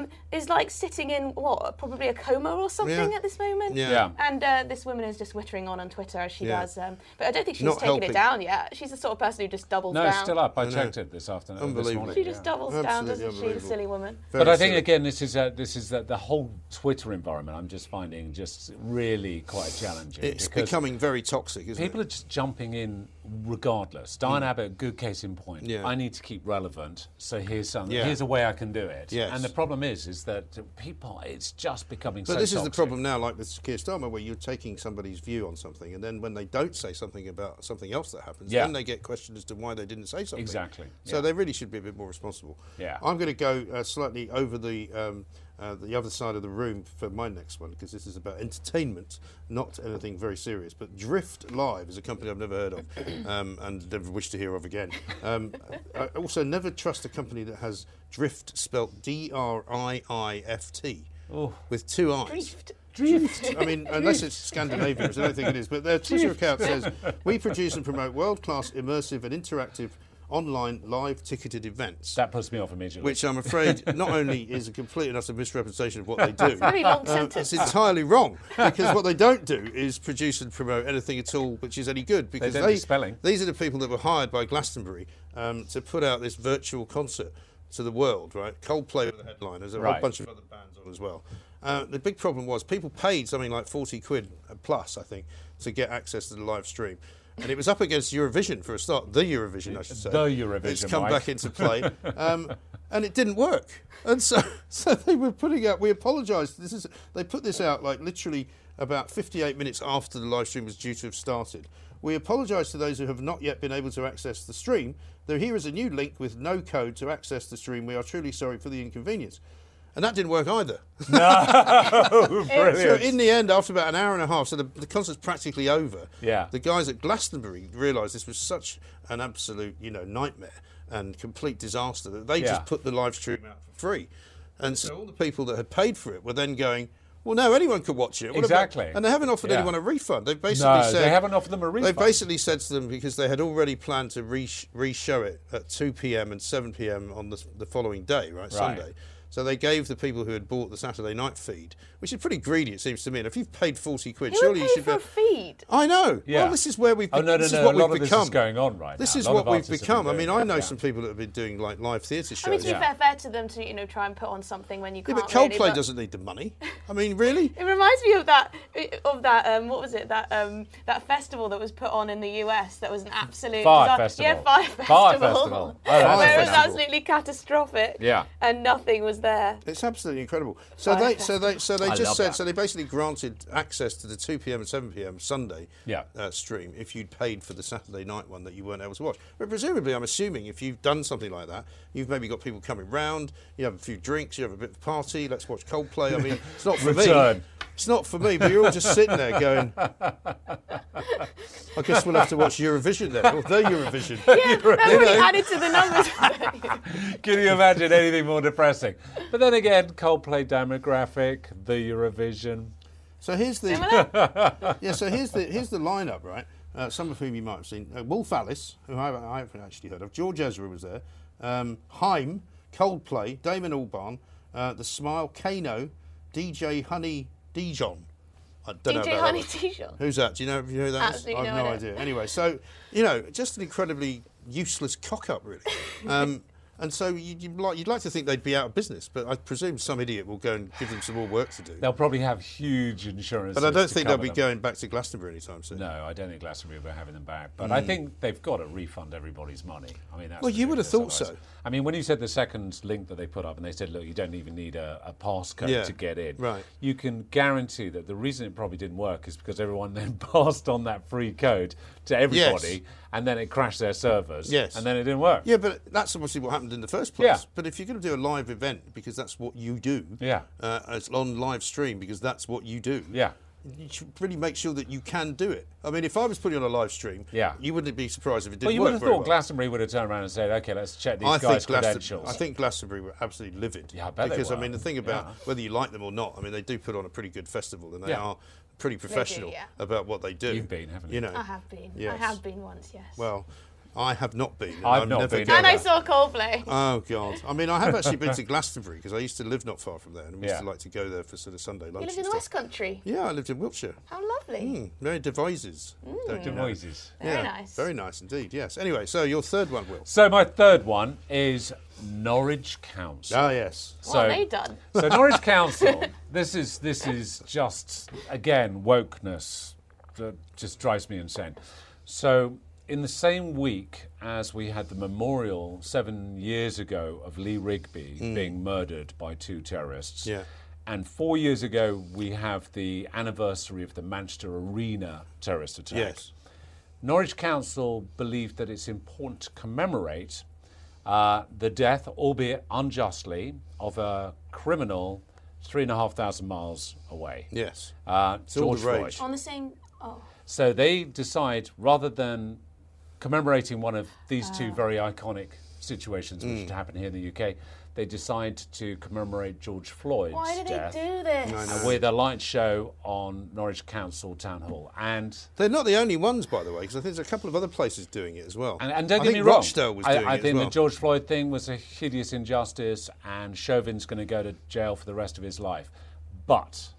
D: um, is like sitting in what, probably a coma or something
B: Yeah.
D: at this moment.
B: Yeah.
C: Yeah.
D: And uh, this woman is just whittering on on Twitter as she
B: Yeah.
D: does. Um, but I don't think she's
B: Not
D: taken
B: helping.
D: it down yet. She's the sort of person who just doubles
C: No,
D: down.
C: it's still up. I, checked it this afternoon. uh, This
B: Unbelievable.
C: morning.
D: She just doubles down,
B: Absolutely
D: doesn't she, the
B: unbelievable.
D: silly woman?
C: But
B: Very
C: I think
B: silly.
C: again, this is a, this is a, the whole Twitter environment. I'm just finding just really quite challenging.
B: It's
C: because
B: becoming very toxic, isn't
C: People
B: it?
C: are just jumping in regardless. Diane Abbott, good case in point.
B: Hmm. Yeah.
C: I need to keep relevant, so here's something.
B: Yeah.
C: Here's a way I can do it.
B: Yes.
C: And the problem is, is that people, it's just becoming.
B: But
C: so
B: this is the
C: toxic.
B: problem now, like with Keir Starmer, where you're taking somebody's view on something, and then when they don't say something about something else that happens,
C: Yeah.
B: then they get questioned as to why they didn't say something.
C: Exactly,
B: So
C: yeah.
B: they really should be a bit more responsible.
C: Yeah.
B: I'm going to go uh, slightly over the um, uh, the other side of the room for my next one because this is about entertainment, not anything very serious. But Drift Live is a company I've never heard of um, and never wish to hear of again. Um, I also never trust a company that has Drift spelt D R I I F T.
C: Oh.
B: With two eyes. I mean, unless it's Scandinavia, which I don't think it is. But their Twitter account says we produce and promote world-class, immersive, and interactive online live ticketed events.
C: That puts me off immediately.
B: which uh, I'm afraid not only is a complete and utter misrepresentation of what they do, uh,
D: Very long
B: it's
D: sentence.
B: entirely wrong because what they don't do is produce and promote anything at all which is any good because
C: don't do spelling.
B: these are the people that were hired by Glastonbury um, to put out this virtual concert to the world, right? Coldplay were the headline. There's a whole
C: Right.
B: bunch of other bands on as well. Uh, the big problem was people paid something like 40 quid plus, I think, to get access to the live stream. And it was up against Eurovision for a start, the Eurovision, I should say.
C: The Eurovision,
B: It's come
C: Mike.
B: back into play. Um, and it didn't work. And so, so they were putting out, we apologised. This is They put this out like literally about 58 minutes after the live stream was due to have started. We apologise to those who have not yet been able to access the stream. Though here is a new link with no code to access the stream. We are truly sorry for the inconvenience. And that didn't work either. So in the end, after about an hour and a half, so the, the concert's practically over.
C: Yeah.
B: The guys at Glastonbury realised this was such an absolute, you know, nightmare and complete disaster that they
C: Yeah.
B: just put the live stream out for free, and so all the people that had paid for it were then going. Well, no, anyone could watch it. What about-"
C: Exactly.
B: and they haven't offered
C: Yeah.
B: anyone a refund. They've basically
C: No, they
B: said
C: haven't offered them a refund.
B: They've basically said to them because they had already planned to re- re-show it at 2 p.m. and 7 p.m. on the, the following day, right, Sunday. So they gave the people who had bought the Saturday night feed, which is pretty greedy, it seems to me. And if you've paid 40 quid,
D: Who would
B: surely
D: pay
B: you should
D: for
B: be.
D: a feed?
B: I know.
C: Yeah.
B: Well, this is where we've.
C: Oh, no, no,
B: this
C: no,
B: Is what
C: a lot
B: we've
C: of this
B: become.
C: is going on right
B: This
C: now.
B: is
C: A lot
B: what
C: of
B: we've
C: artists have been
B: become. I
C: doing
B: mean,
C: that,
B: I know
C: yeah.
B: some people that have been doing like live theatre shows.
D: I mean, to be
C: Yeah.
D: fair, fair to them to you know try and put on something when you
B: Yeah,
D: can't.
B: but Coldplay
D: really, but-
B: doesn't need the money. I mean, really?
D: It reminds me of that of that um, what was it that um, that festival that was put on in the US that was an absolute
C: Fire
D: disa-
C: festival.
D: Yeah, fire festival.
C: Fire festival. Oh, that's
D: Where it was
C: festival.
D: absolutely catastrophic.
C: Yeah.
D: And nothing was there.
B: It's absolutely incredible. So
D: Fire
B: they, so they, so they
C: I
B: just
C: love
B: said,
C: that.
B: so they basically granted access to the 2 p.m. and 7 p.m. Sunday
C: Yeah.
B: uh, stream if you'd paid for the Saturday night one that you weren't able to watch. But presumably, I'm assuming if you've done something like that, you've maybe got people coming round, you have a few drinks, you have a bit of party, let's watch Coldplay. I mean, it's not for me.
C: Return.
B: It's not for me, but you're all just sitting there going, I guess we'll have to watch Eurovision then, or the Eurovision.
D: Yeah, that's
B: You
D: really
B: know.
D: added to the numbers.
C: Can you imagine anything more depressing? But then again, Coldplay demographic, the Eurovision.
B: So here's the yeah. So here's the here's the lineup, right? Uh, some of whom you might have seen: uh, Wolf Alice, who I, I haven't actually heard of. George Ezra was there. Um, Haim, Coldplay, Damon Albarn, uh, The Smile, Kano, DJ Honey Dijon. I don't know about
D: DJ
B: that
D: Honey
B: one.
D: T-shirt.
B: Who's that? Do you know? Do you know who that is?
D: Absolutely
B: I've
D: no
B: no
D: idea.
B: idea. Anyway, so you know, just an incredibly useless cock up, really. Um, And so you'd, you'd, like, you'd like to think they'd be out of business, but I presume some idiot will go and give them some more work to do.
C: They'll probably have huge insurance.
B: But I don't think they'll be
C: them.
B: going back to Glastonbury anytime soon.
C: No, I don't think Glastonbury will be having them back. But I think they've got to refund everybody's money. I mean, that's
B: Mm. Well, you would have
C: ridiculous
B: thought
C: otherwise. I mean, when you said the second link that they put up, and they said, "Look, you don't even need a, a passcode
B: Yeah,
C: to get in,"
B: right.
C: You can guarantee that the reason it probably didn't work is because everyone then passed on that free code to everybody, and then it crashed their servers.
B: Yes.
C: and then it didn't work.
B: Yeah, but that's obviously what happened in the first place.
C: Yeah.
B: But if you're going to do a live event, because that's what you do,
C: Yeah.
B: uh, it's on live stream because that's what you do.
C: Yeah.
B: You should really make sure that you can do it. I mean, if I was putting on a live stream,
C: Yeah.
B: you wouldn't be surprised if it didn't
C: Well, you
B: work
C: would have
B: very
C: thought
B: well.
C: Glastonbury would have turned around and said, "Okay, let's check these
B: I
C: guys'
B: think, Glaston-
C: credentials."
B: I think Glastonbury were absolutely livid.
C: Yeah, I bet they
B: Because,
C: were.
B: I mean, the thing about
C: Yeah.
B: whether you like them or not, I mean, they do put on a pretty good festival and they
C: Yeah.
B: are pretty professional
D: yeah.
B: about what they do.
C: You've been, haven't
B: You
C: you?
B: know,
D: I have been. I
B: Yes.
D: have been once, yes.
B: well, I have not been. and
C: I've
B: I'm
C: not
B: never
C: been
B: going.
D: and I saw Coldplay.
B: Oh God! I mean, I have actually been to Glastonbury because I used to live not far from there, and we used
C: Yeah.
B: to like to go there for sort of Sunday lunch.
D: you
B: and
D: lived in the
B: stuff.
D: West Country.
B: Yeah, I lived in Wiltshire.
D: How lovely.
B: Mm, very devices.
C: Mm. Noises.
D: Very nice.
B: Very nice indeed. Yes. Anyway, so your third one, Will.
C: So my third one is Norwich Council.
B: Ah, yes.
D: What have they done?
C: So Norwich Council, this is this is just again wokeness that just drives me insane. So in the same week as we had the memorial seven years ago of Lee Rigby being murdered by two terrorists,
B: Yeah.
C: and four years ago we have the anniversary of the Manchester Arena terrorist attack.
B: Yes.
C: Norwich Council believed that it's important to commemorate uh, the death, albeit unjustly, of a criminal three and a half thousand miles away.
B: Yes.
C: Uh,
B: all
C: George
B: the
C: Floyd.
B: rage.
D: On the same. Oh,
C: So they decide rather than commemorating one of these two
D: Ah.
C: very iconic situations which
B: Mm.
C: had happened here in the UK, they decide to commemorate George Floyd's
D: why do
C: death
D: they do this?
C: uh, with a light show on Norwich Council Town Hall. And
B: They're not the only ones, by the way, because I think there's a couple of other places doing it as well.
C: And, and don't
B: I
C: get
B: think
C: me wrong.
B: Rochdale was
C: I,
B: doing
C: I
B: it
C: think
B: as well.
C: the George Floyd thing was a hideous injustice, and Chauvin's going to go to jail for the rest of his life. But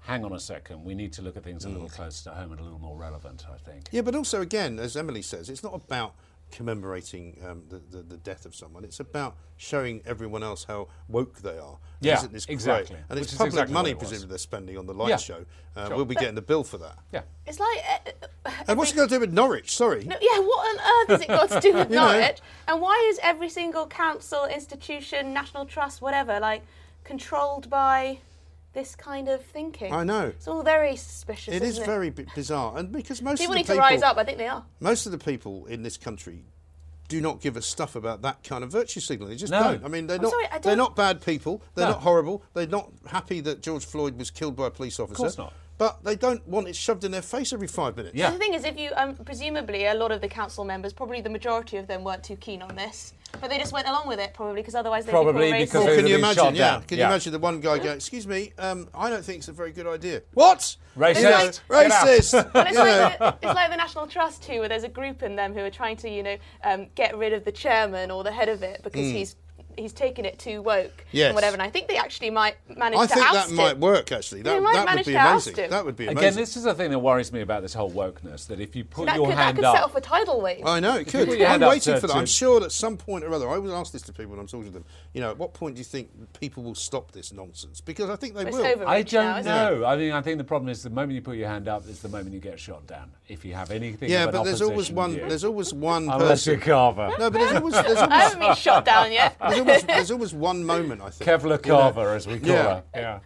C: hang on a second, we need to look at things a little
B: Mm.
C: closer to home and a little more relevant. I think.
B: Yeah, but also again, as Emily says, it's not about commemorating um, the, the the death of someone. It's about showing everyone else how woke they are. And
C: Yeah,
B: isn't this great?
C: exactly.
B: And
C: Which
B: it's
C: is
B: public
C: exactly
B: money,
C: what it was.
B: presumably they're spending on the light
C: Yeah,
B: show. Uh,
C: sure.
B: We'll be getting the bill for that.
C: Yeah.
D: It's like. uh, Uh,
B: And what's it got to do with Norwich? Sorry.
D: No, yeah, what on earth has it got to do with
B: You know.
D: Norwich? And why is every single council, institution, national trust, whatever, like controlled by this kind of thinking?
B: I know.
D: It's all very suspicious.
B: It is
D: isn't it?
B: very bi- bizarre, and because most
D: People
B: of the
D: need
B: people
D: to rise up. I think they are.
B: most of the people in this country do not give a stuff about that kind of virtue signaling. They just
C: No.
B: don't. I mean, they're not.
D: sorry, I
B: they're
D: don't-
B: not bad people. They're
C: No.
B: not horrible. They're not happy that George Floyd was killed by a police officer. Of
C: course not.
B: But they don't want it shoved in their face every five minutes.
C: Yeah.
D: The thing is, if you um, presumably a lot of the council members, probably the majority of them, weren't too keen on this, but they just went along with it probably because otherwise they'd
C: Probably
D: be
C: because
D: called racist.
C: they
B: Can
C: They've
B: you
C: been
B: imagine?
C: shot
B: Yeah.
C: down.
B: Can
C: Yeah.
B: you imagine the one guy going, "Excuse me, um, I don't think it's a very good idea." What?
C: Racist.
B: You know,
C: Get out.
B: racist.
D: Well, it's,
B: You know.
D: like the, it's like the National Trust too, where there's a group in them who are trying to, you know, um, get rid of the chairman or the head of it because he's he's taken it too woke
B: Mm. Yes.
D: and whatever. And I think they actually might manage
B: I
D: to
B: think
D: oust
B: that might
D: him.
B: work. Actually,
D: They
B: that,
D: might
B: that would
D: manage
B: be
D: to oust
B: amazing.
D: him.
B: That would be amazing.
C: Again, this is the thing that worries me about this whole wokeness. That if you put
D: That
C: your
D: could, that
C: hand
D: could
C: up,
D: set off a tidal wave.
B: I know it could.
C: put your
B: I'm
C: hand up
B: waiting
C: to-
B: for that. I'm
C: to-
B: sure at some point or other. I always ask this to people when I'm talking to them. You know, at what point do you think people will stop this nonsense? Because I think they
D: It's
B: will.
D: over.
C: I
D: reach now,
C: don't
D: isn't
C: know. I mean, I think the problem is the moment you put your hand up is the moment you get shot down. If you have anything,
B: Yeah,
C: of an
B: but there's always
C: opposition
B: one.
C: view.
B: There's always one
C: Unless you're
B: person.
C: Carver.
B: No, but there's always there's
D: I
B: always,
D: haven't been shot down yet.
B: there's always there's always one moment. I think.
C: Kevlar
B: You know,
C: Carver, as we call
B: Yeah.
C: her. Yeah.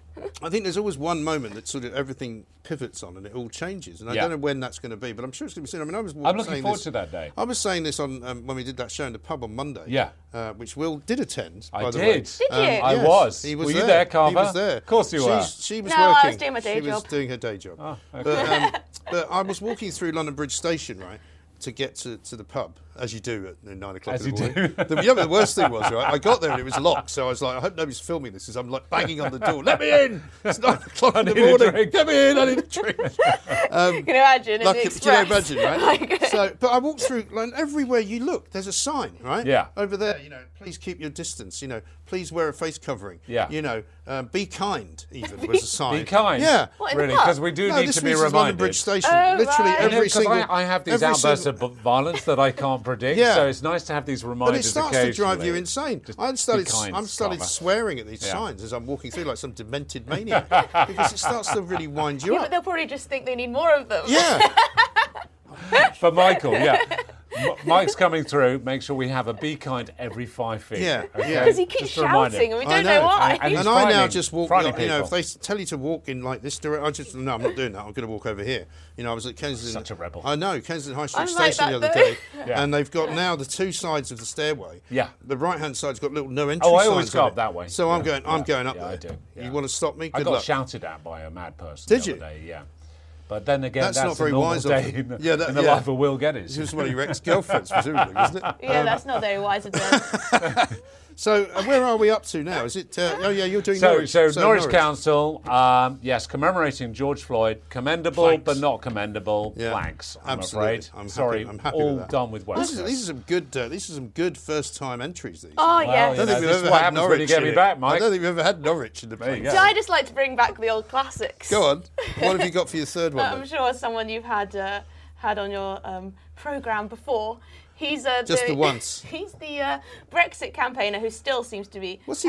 B: I think there's always one moment that sort of everything pivots on and it all changes. And I
C: Yeah.
B: don't know when that's going to be, but I'm sure it's going to be soon. I mean, I was.
C: I'm looking
B: saying
C: forward
B: this-
C: to that day.
B: I was saying this on um, when we did that show in the pub on Monday.
C: Yeah.
B: uh, which Will did attend.
C: I
B: by the
C: did.
B: way.
D: Did Um, you?
C: I
B: yes,
C: was.
B: He was
C: were
B: there.
C: you there, Carver?
B: He was there.
C: Of course you were.
B: She's, she was
D: No, I was
B: working.
D: doing my day
B: she was
D: job.
B: doing her day job.
C: Oh,
B: but, um, but I was walking through London Bridge Station, right, to get to, to the pub, as you do at nine o'clock
C: As
B: in the
C: you
B: morning.
C: do.
B: The, you know, the worst thing was, right, I got there and it was locked, so I was like, I hope nobody's filming this, as I'm like banging on the door, let me in! It's nine o'clock in the
C: need a
B: morning,
C: drink.
B: let me in, I need a drink.
D: you can imagine. in
B: Like,
D: the
B: do you know,
D: Express.
B: imagine, right?
D: Like-
B: so, but I walked through, like, everywhere you look, there's a sign, right?
C: Yeah.
B: Over there, you know, please keep your distance. You know, please wear a face covering.
C: Yeah.
B: You know, um, be kind. Even was a sign.
C: Be kind.
B: Yeah.
D: What, in the
C: really,
D: pub?
C: because we do
B: no,
C: need
B: this
C: to be
B: means it's London
C: reminded.
B: Bridge Station.
D: Oh,
B: Literally
D: right.
C: You know,
B: every
C: 'cause
B: single.
C: I, I have these
B: every
C: outbursts
B: single-
C: of violence that I can't predict.
B: Yeah.
C: So it's nice to have these reminders.
B: But it starts to drive you
C: occasionally.
B: insane.
C: Just
B: I
C: be
B: started,
C: kind,
B: I'm started
C: Karma.
B: swearing at these
C: Yeah.
B: signs as I'm walking through like some demented maniac because it starts to really wind you
D: Yeah, but
B: up.
D: they'll probably just think they need more of them.
B: Yeah,
C: But Michael, yeah. M- Mike's coming through. Make sure we have a be kind every five feet.
B: Yeah,
C: okay?
B: yeah.
D: Because he keeps
C: Just a reminder.
D: shouting and we
B: I
D: don't know, why.
C: And
B: And,
C: he's
B: I now
C: frightening-
B: just walk.
C: frightening
B: You know, if
C: people.
B: they s- tell you to walk in like this direction, I just no, I'm not doing that. I'm going to walk over here. You know, I was at Kensington.
C: Such a rebel.
B: I know Kensington High Street
D: I'm like
B: Station
D: that
B: the other
D: though.
B: day,
C: Yeah.
B: and they've got now the two sides of the stairway.
C: Yeah.
B: the right hand side's got little no entry.
C: Oh, I always
B: signs
C: go
B: on
C: up
B: it.
C: that way.
B: So I'm
C: Yeah,
B: going. I'm
C: yeah,
B: going up
C: yeah,
B: there.
C: I do, yeah.
B: You want to stop me? Good
C: I got
B: luck.
C: shouted at by a mad person.
B: Did
C: the
B: you?
C: Other day, yeah. But then again,
B: That's
C: that's,
B: not very
C: a normal
B: wise of
C: day
B: you.
C: in the,
B: Yeah, that-
C: in the
B: yeah.
C: life of Will Geddes.
B: She was one of your ex-girlfriends, presumably, wasn't it?
D: Yeah, that's not very wise of them.
B: So uh, where are we up to now? Is it? Uh, oh yeah, you're doing
C: So,
B: Norwich.
C: so, Norwich, Council, um, yes, commemorating George Floyd, commendable
B: Planks.
C: but not commendable planks. I'm
B: absolutely.
C: afraid.
B: I'm happy-
C: Sorry,
B: I'm happy
C: all
B: with that.
C: done with West.
B: These are, these are some good. Uh, these are some good first-time entries. These.
D: Oh,
C: Well,
D: yes.
C: you know,
B: we've
C: this is what happens when you get
B: in
C: me
B: it.
C: back, Mike.
B: I don't think we've ever had Norwich in the place.
C: go.
D: So I just like to bring back the old classics.
B: Go on. What have you got for your third one?
D: That I'm
B: then?
D: sure someone you've had uh, had on your um, program before. He's uh,
B: Just
D: the
B: the once.
D: He's the uh, Brexit campaigner who still seems to be
B: What's he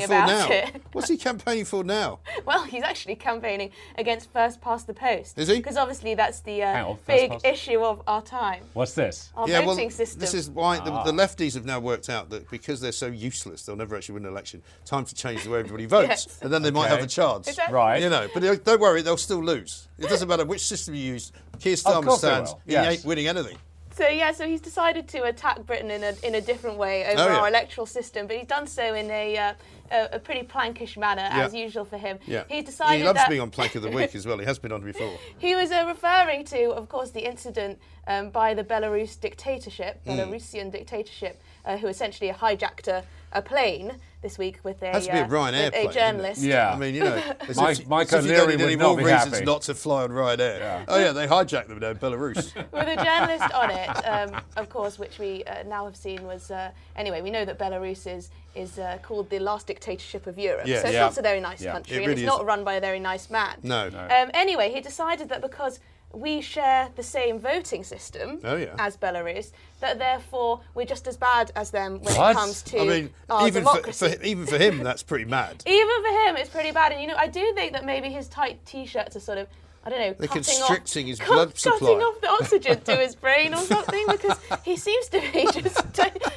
B: campaigning for
D: about
B: now?
D: it.
B: What's he campaigning for now?
D: Well, he's actually campaigning against first past the post.
B: Is he?
D: Because obviously that's the uh,
C: Hang on, first
D: big
C: past-
D: issue of our time.
C: What's this?
D: Our
B: yeah, well,
D: voting system.
B: this is why
C: Ah.
B: the, the lefties have now worked out that because they're so useless, they'll never actually win an election. Time to change the way everybody votes,
D: Yes.
B: and then they might have a chance.
D: Exactly.
C: Right.
B: You know, but they- don't worry, they'll still lose. It doesn't matter which system you use. Keir Starmer
C: course they
B: stands.
C: will,
B: He
C: yes.
B: ain't winning anything.
D: So yeah, so he's decided to attack Britain in a, in a different way over
B: Oh, yeah.
D: our electoral system, but he's done so in a uh, a, a pretty plankish manner as
B: Yeah.
D: usual for him.
B: Yeah.
D: He's decided
B: he loves
D: that
B: being on Plank of the Week as well. He has been on before.
D: he was uh, referring to, of course, the incident um, by the Belarus dictatorship,
B: Hmm.
D: Belarusian dictatorship, uh, who essentially hijacked a, a plane this week with a,
B: Has to be a
D: uh,
B: Ryanair
D: with
B: plane,
D: a
B: isn't it?
D: journalist.
C: Yeah.
B: I mean, you know, as
C: Mike-
B: if,
C: Mike
B: as if you don't
C: O'Leary
B: need
C: would
B: any
C: not
B: more
C: be
B: reasons
C: happy.
B: not to fly on Ryanair. Oh yeah, they hijacked them now in Belarus.
D: with a journalist on it, um, of course, which we uh, now have seen was uh, anyway. We know that Belarus is is uh, called the last dictatorship of Europe,
B: Yes.
D: so it's
B: Yeah.
D: not a very nice
C: Yeah.
D: country,
B: It
D: and
B: really
D: it's not
B: isn't.
D: run by a very nice man.
B: No. No.
D: Um, anyway, he decided that because we share the same voting system
B: Oh, yeah.
D: as Belarus, that therefore we're just as bad as them when
C: What?
D: it comes to
B: I mean,
D: our
B: even for,
D: democracy.
B: for even for him, that's pretty mad.
D: Even for him, it's pretty bad. And you know, I do think that maybe his tight t-shirts are sort of, I don't know,
B: They're
D: cutting
B: constricting
D: off,
B: his blood supply.
D: cutting off the oxygen to his brain or something, because he seems to be just to-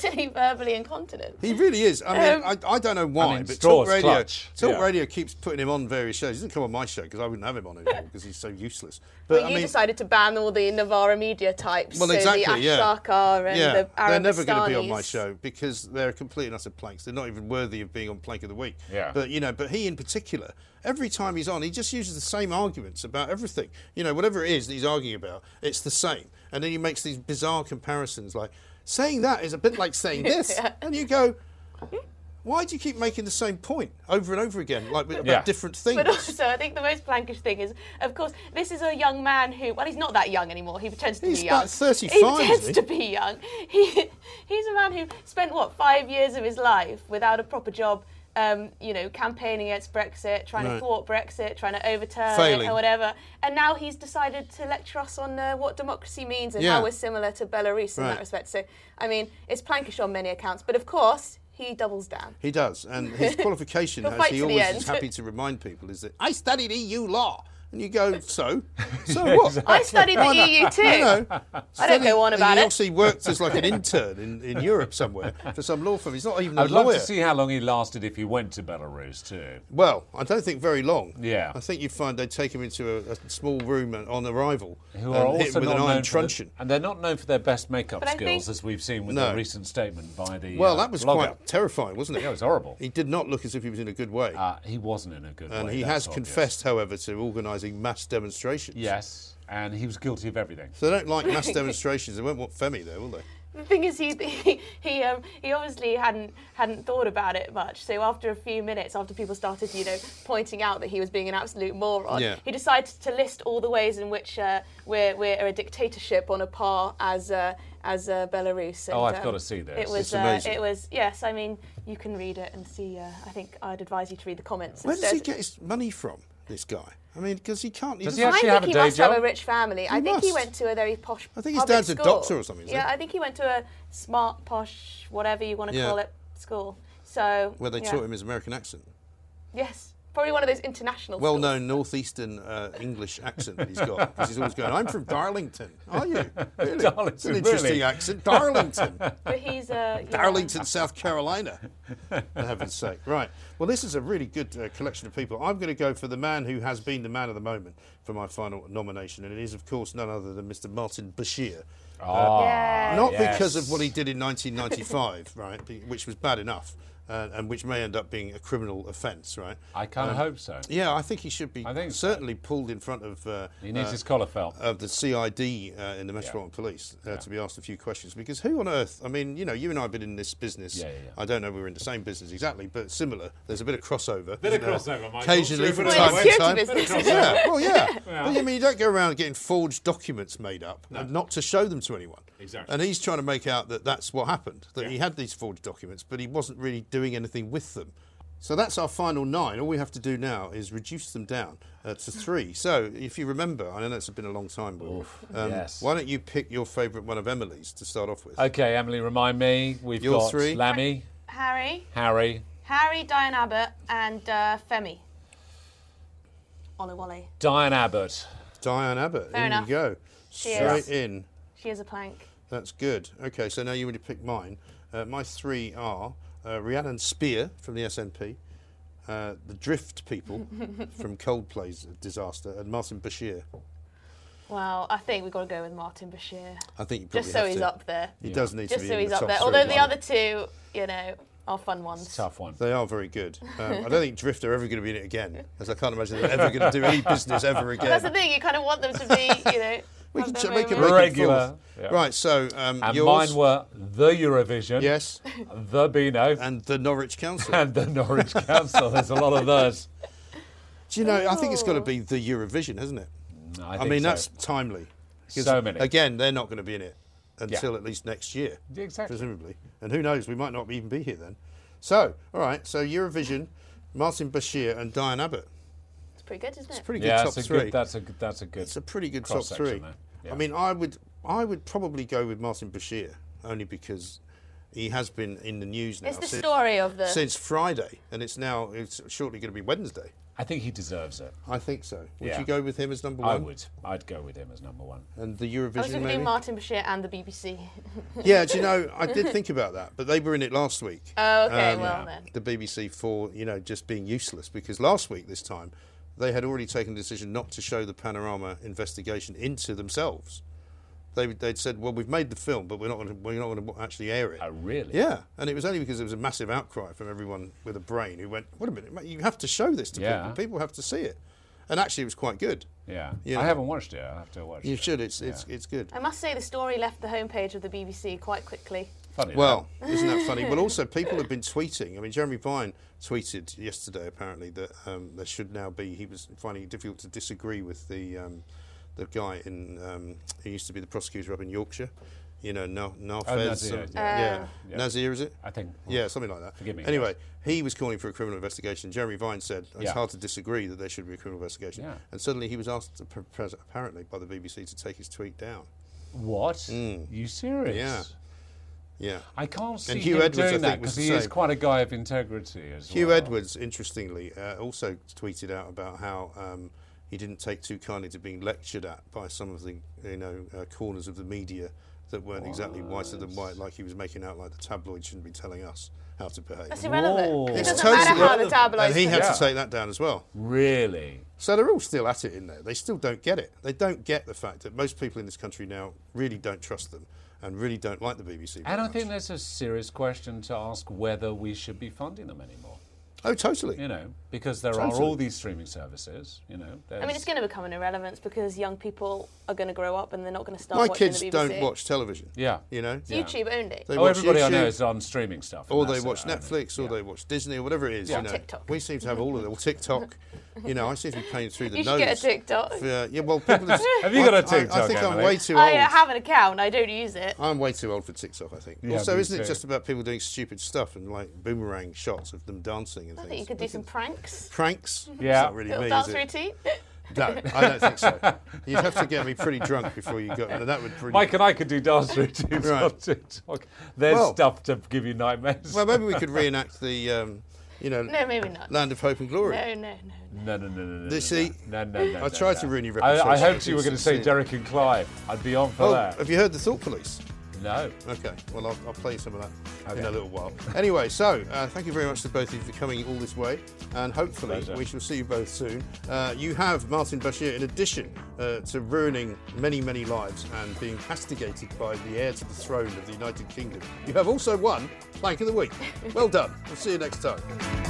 D: totally verbally incontinent.
B: He really is. I mean,
D: Um,
B: I, I don't know why,
C: mean,
B: but
C: straws
B: Talk Radio,
C: clutch.
B: Talk
C: Yeah.
B: Radio keeps putting him on various shows. He doesn't come on my show because I wouldn't have him on anymore because he's so useless.
D: But you decided to ban all the Navarra media types,
B: Well,
D: so
B: exactly.
D: the
B: yeah.
D: Ashtakar and
B: yeah.
D: the Arab
B: they're never going to be on my
D: Astanis.
B: show because they're complete and utter planks. They're not even worthy of being on Plank of the Week.
C: Yeah.
B: But you know, but he in particular, every time he's on, he just uses the same arguments about everything. You know, whatever it is that he's arguing about, it's the same. And then he makes these bizarre comparisons, like saying that is a bit like saying this, and you go. Why do you keep making the same point over and over again, like with,
C: Yeah.
B: about different things?
D: But also, I think the most plankish thing is, of course, this is a young man who, well, he's not that young anymore. He pretends to
B: He's
D: be young.
B: about 35,
D: He
B: isn't
D: pretends
B: he?
D: to be young. He, he's a man who spent, what, five years of his life without a proper job, um, you know, campaigning against Brexit, trying
B: Right.
D: to thwart Brexit, trying to overturn
B: Failing.
D: it or whatever. And now he's decided to lecture us on uh, what democracy means and
B: Yeah.
D: how we're similar to Belarus in
B: Right.
D: that respect. So, I mean, it's plankish on many accounts. But of course, he doubles down.
B: He does, and his qualification,
D: He'll
B: as
D: fight
B: he
D: to the
B: always
D: end.
B: is happy to remind people, is that I studied EU law, and you go, so, so what?
D: I studied the EU too.
B: You know, I
D: don't go on about
B: he
D: it.
B: actually worked as like an intern in, in Europe somewhere for some law firm. He's not even a
C: I'd
B: lawyer.
C: love to see how long he lasted if he went to Belarus too.
B: Well, I don't think very long.
C: Yeah.
B: I think you'd find they'd take him into a, a small room and- on arrival
C: Who
B: and
C: are
B: hit
C: also
B: him with
C: not
B: an iron
C: known for the- uh,
B: truncheon.
C: and they're not known for their best makeup
D: But I
C: skills,
D: think-
C: as we've seen with
B: No.
C: the recent statement by the.
B: Well,
C: uh,
B: that was
C: blogger.
B: quite terrifying, wasn't it?
C: Yeah, it was horrible.
B: He did not look as if he was in a good way.
C: Uh, he wasn't in a good
B: and
C: way.
B: he
C: that's
B: has
C: obvious.
B: confessed, however, to organising mass demonstrations.
C: Yes, and he was guilty of everything.
B: So they don't like mass demonstrations. They won't want Femi there, will they?
D: The thing is, he he he, um, he obviously hadn't hadn't thought about it much. So after a few minutes, after people started, you know, pointing out that he was being an absolute moron,
B: Yeah.
D: he decided to list all the ways in which uh, we're we're a dictatorship on a par as uh, as uh, Belarus.
C: Oh, I've gotta see this.
D: It was
B: It's amazing.
D: Uh, it was yes. I mean, you can read it and see. Uh, I think I'd advise you to read the comments.
B: Where does
D: instead.
B: he get his money from? this guy. I mean, because he can't. He
C: Does he
B: doesn't-
C: actually
D: I
C: have
D: think
C: a
D: he
C: day
D: must
C: job?
D: have a rich family. I think
B: must.
D: he went to a very posh.
B: I think his
D: public
B: dad's a
D: school.
B: doctor or something, isn't
D: Yeah,
B: he?
D: I think he went to a smart, posh, whatever you want to
B: Yeah.
D: call it, school. So
B: where they
D: yeah.
B: taught him his American accent.
D: Yes, probably one of those international.
B: Well
D: schools.
B: known northeastern uh, English accent that he's got. Because he's always going, I'm from Darlington. Are you? Really? it's
C: Darlington,
B: an interesting
C: really?
B: accent. Darlington.
D: But he's a yeah.
B: Darlington, South Carolina, for heaven's sake. Right. Well, this is a really good uh, collection of people. I'm going to go for the man who has been the man of the moment for my final nomination, and it is, of course, none other than Mr. Martin Bashir. Uh,
C: Ah,
D: Yeah.
B: Not
C: yes.
B: because of what he did in 1995, right, be- which was bad enough, uh, and which may end up being a criminal offence, right?
C: I kind of hope so.
B: Yeah, I think he should be
C: I think so.
B: certainly pulled in front of. Uh,
C: He needs
B: uh,
C: his collar felt.
B: of the CID uh, in the Metropolitan Police uh, to be asked a few questions because who on earth? I mean, you know, you and I have been in this business.
C: Yeah, yeah, yeah.
B: I don't know we were in the same business exactly, but similar. There's a bit of crossover.
G: Bit of
B: isn't there?
G: crossover, Michael.
B: Occasionally
G: True,
B: from
G: but
B: time
G: anyway.
B: to
D: Security
B: time.
D: business. Bit of
B: yeah, well, yeah. But you mean you don't go around getting forged documents made up and not to show them to anyone.
G: Exactly.
B: And he's trying to make out that that's what happened, that he had these forged documents, but he wasn't really doing anything with them. So that's our final nine. All we have to do now is reduce them down uh, to three. So if you remember, I know it's been a long time, Will. um,
C: yes.
B: Why don't you pick your favourite one of Emily's to start off with?
C: Okay, Emily, remind me. We've
B: Your
C: got
B: three.
C: Lammy,
D: Harry,
C: Harry,
D: Harry, Diane Abbott, and uh, Femi. Olawale.
C: Diane Abbott.
B: Diane Abbott.
D: Fair
B: in
D: enough.
B: you go.
D: Cheers.
B: Straight in.
D: She is a plank.
B: That's good. Okay, so now you want to pick mine. Uh, my three are uh, Rhiannon Spear from the SNP, uh, the Drift People from Coldplay's Disaster, and Martin Bashir.
D: Well, I think we've got to go with Martin Bashir.
B: I think you probably
D: Just so
B: have
D: he's
B: to-
D: up there.
B: He does need to
D: Just
B: be
D: so
B: in
D: he's
B: the
D: up
B: top
D: there.
B: three.
D: Although the other two, you know, are fun ones.
C: Tough one.
B: They are very good. Um, I don't think Drift are ever going to be in it again, as I can't imagine they're ever going to do any business ever again.
D: That's the thing. You kind of want them to be, you know.
B: We can
D: have their
B: ch- make it
D: moments.
C: Regular. Yeah.
B: Right, so um,
C: And
B: yours,
C: mine were the Eurovision,
B: yes,
C: the Beano, and,
B: and the Norwich Council.
C: the Norwich Council. There's a lot of those.
B: Do you know? I think it's
D: Oh.
B: got to be the Eurovision, hasn't it?
C: I,
B: I,
C: think
B: mean,
C: so.
B: that's timely. 'Cause
C: So many.
B: Again, they're not going to be in it until at least next year,
C: Exactly.
B: presumably. And who knows? We might not even be here then. So, all right. So Eurovision, Martin Bashir and Diane Abbott.
D: It's pretty good, isn't it?
B: Pretty good
C: yeah,
B: top
C: that's a
B: three.
C: good. uh, That's a good. That's a good.
B: it's a pretty good top
C: cross-section
B: three.
C: there. Yeah.
B: I mean, I would, I would probably go with Martin Bashir only because he has been in the news now
D: It's the
B: since,
D: story of the.
B: since Friday, and it's now it's shortly going to be Wednesday.
C: I think he deserves it.
B: I think so. Would
C: Yeah.
B: you go with him as number one?
C: I would. I'd go with him as number one.
B: And the
D: I was
B: Eurovision
D: going to
B: maybe.
D: do Martin Bashir and the BBC.
B: Yeah, do you know, I did think about that, but they were in it last week.
D: Oh, okay,
B: Um,
D: well then.
B: The BBC for, you know, just being useless because last week this time they had already taken the decision not to show the Panorama investigation into themselves. They, they'd said, well, we've made the film, but we're not going to we're not going to actually air it.
C: Oh, really?
B: Yeah, and it was only because there was a massive outcry from everyone with a brain who went, wait a minute, mate, you have to show this to
C: Yeah.
B: people. People have to see it. And actually, it was quite good.
C: Yeah.
B: Yeah.
C: I haven't watched it. I have to watch
B: You
C: it.
B: should. It's it's it's good.
D: I must say the story left the homepage of the BBC quite quickly.
C: Funny
B: Well, isn't that funny? Well, also, people have been tweeting. I mean, Jeremy Vine tweeted yesterday, apparently, that um, there should now be. He was finding it difficult to disagree with the um, the guy in um, who used to be the prosecutor up in Yorkshire. You know, Na- Nafez.
C: Oh,
B: some-
C: Nazir, yeah.
B: yeah. Nazir, is it?
C: I think.
B: Yeah, something like that.
C: Forgive me,
B: Anyway, he was calling for a criminal investigation. Jeremy Vine said it's
C: Yeah.
B: hard to disagree that there should be a criminal investigation.
C: Yeah.
B: And suddenly he was asked, ap- pres- apparently, by the BBC to take his tweet down.
C: What? You serious?
B: Mm. Yeah. Yeah.
C: I can't see
B: Hugh
C: him
B: Edwards, I
C: doing
B: think,
C: that
B: was
C: because
B: the
C: he is
B: same.
C: quite a guy of integrity as
B: Hugh
C: well.
B: Edwards, interestingly, uh, also tweeted out about how um, he didn't take too kindly to being lectured at by some of the you know uh, corners of the media that weren't exactly whiter than white, like he was making out like the tabloids shouldn't be telling us how to behave.
D: That's irrelevant.
C: Whoa.
D: It
C: It's
D: doesn't
B: totally
D: matter how the
B: irrelevant.
D: tabloids.
B: And he had
C: Yeah.
B: to take that down as well.
C: Really?
B: So they're all still at it in there. They still don't get it. They don't get the fact that most people in this country now really don't trust them and really don't like the BBC. very
C: And I
B: much.
C: think there's a serious question to ask whether we should be funding them anymore.
B: oh, totally.
C: You know, because there are
B: Totally.
C: all these streaming services. You know,
D: I mean, it's going to become an irrelevance because young people are going to grow up and they're not going to start
B: My
D: watching
B: kids
D: the BBC.
B: don't watch television.
C: Yeah.
B: You know.
D: It's YouTube only.
B: They
C: Oh,
B: watch
C: everybody I know
B: YouTube.
C: is on streaming stuff. and
B: Or they
C: that's it,
B: watch
C: I mean.
B: Netflix, or they watch Disney, or whatever it is.
C: Yeah.
B: You know,
D: TikTok.
B: we seem to have all of them. Or TikTok. You know, I seem to be paying through the
D: You should
B: nose.
D: get a TikTok.
B: Yeah, yeah, well, people have,
C: Have you got
B: I-
C: a TikTok,
B: I, I think I'm
C: Emily?
B: way too
D: I
B: old.
D: uh, have an account. I don't use it.
B: I'm way too old for TikTok, I think.
C: Yeah,
B: also,
C: me
B: isn't it
C: too.
B: just about people doing stupid stuff and like boomerang shots of them dancing and
D: I
B: things?
D: think you could do some pranks.
B: pranks.
C: Yeah.
B: It's not really
D: Little
B: me,
D: dance
B: is it?
D: routine.
B: No, I don't think so. You'd have to get me pretty drunk before you got, and that would really.
C: Mike and I could do dance routines
B: Right.
C: on TikTok. There's
B: Well-
C: stuff to give you nightmares.
B: Well, maybe we could reenact the, um, you know,
D: No, maybe not.
B: Land of Hope and Glory.
D: No, no, no.
C: no, no, no, no, no.
B: They
C: no,
B: see-
C: no, no, no,
B: I
C: no,
B: tried
C: no.
B: to ruin your
C: I, I
B: reputation.
C: hoped you were going
B: It's-
C: to say
B: it's-
C: Derek and Clive. I'd be on for
B: Oh,
C: that.
B: have you heard the Thought Police?
C: No.
B: Okay, well, I'll, I'll play some of that in a little while. Anyway, so uh, thank you very much to both of you for coming all this way, and hopefully
C: Pleasure.
B: we shall see you both soon. Uh, you have Martin Bashir, in addition uh, to ruining many, many lives and being castigated by the heir to the throne of the United Kingdom, you have also won Plank of the Week. Well done. We'll see you next time.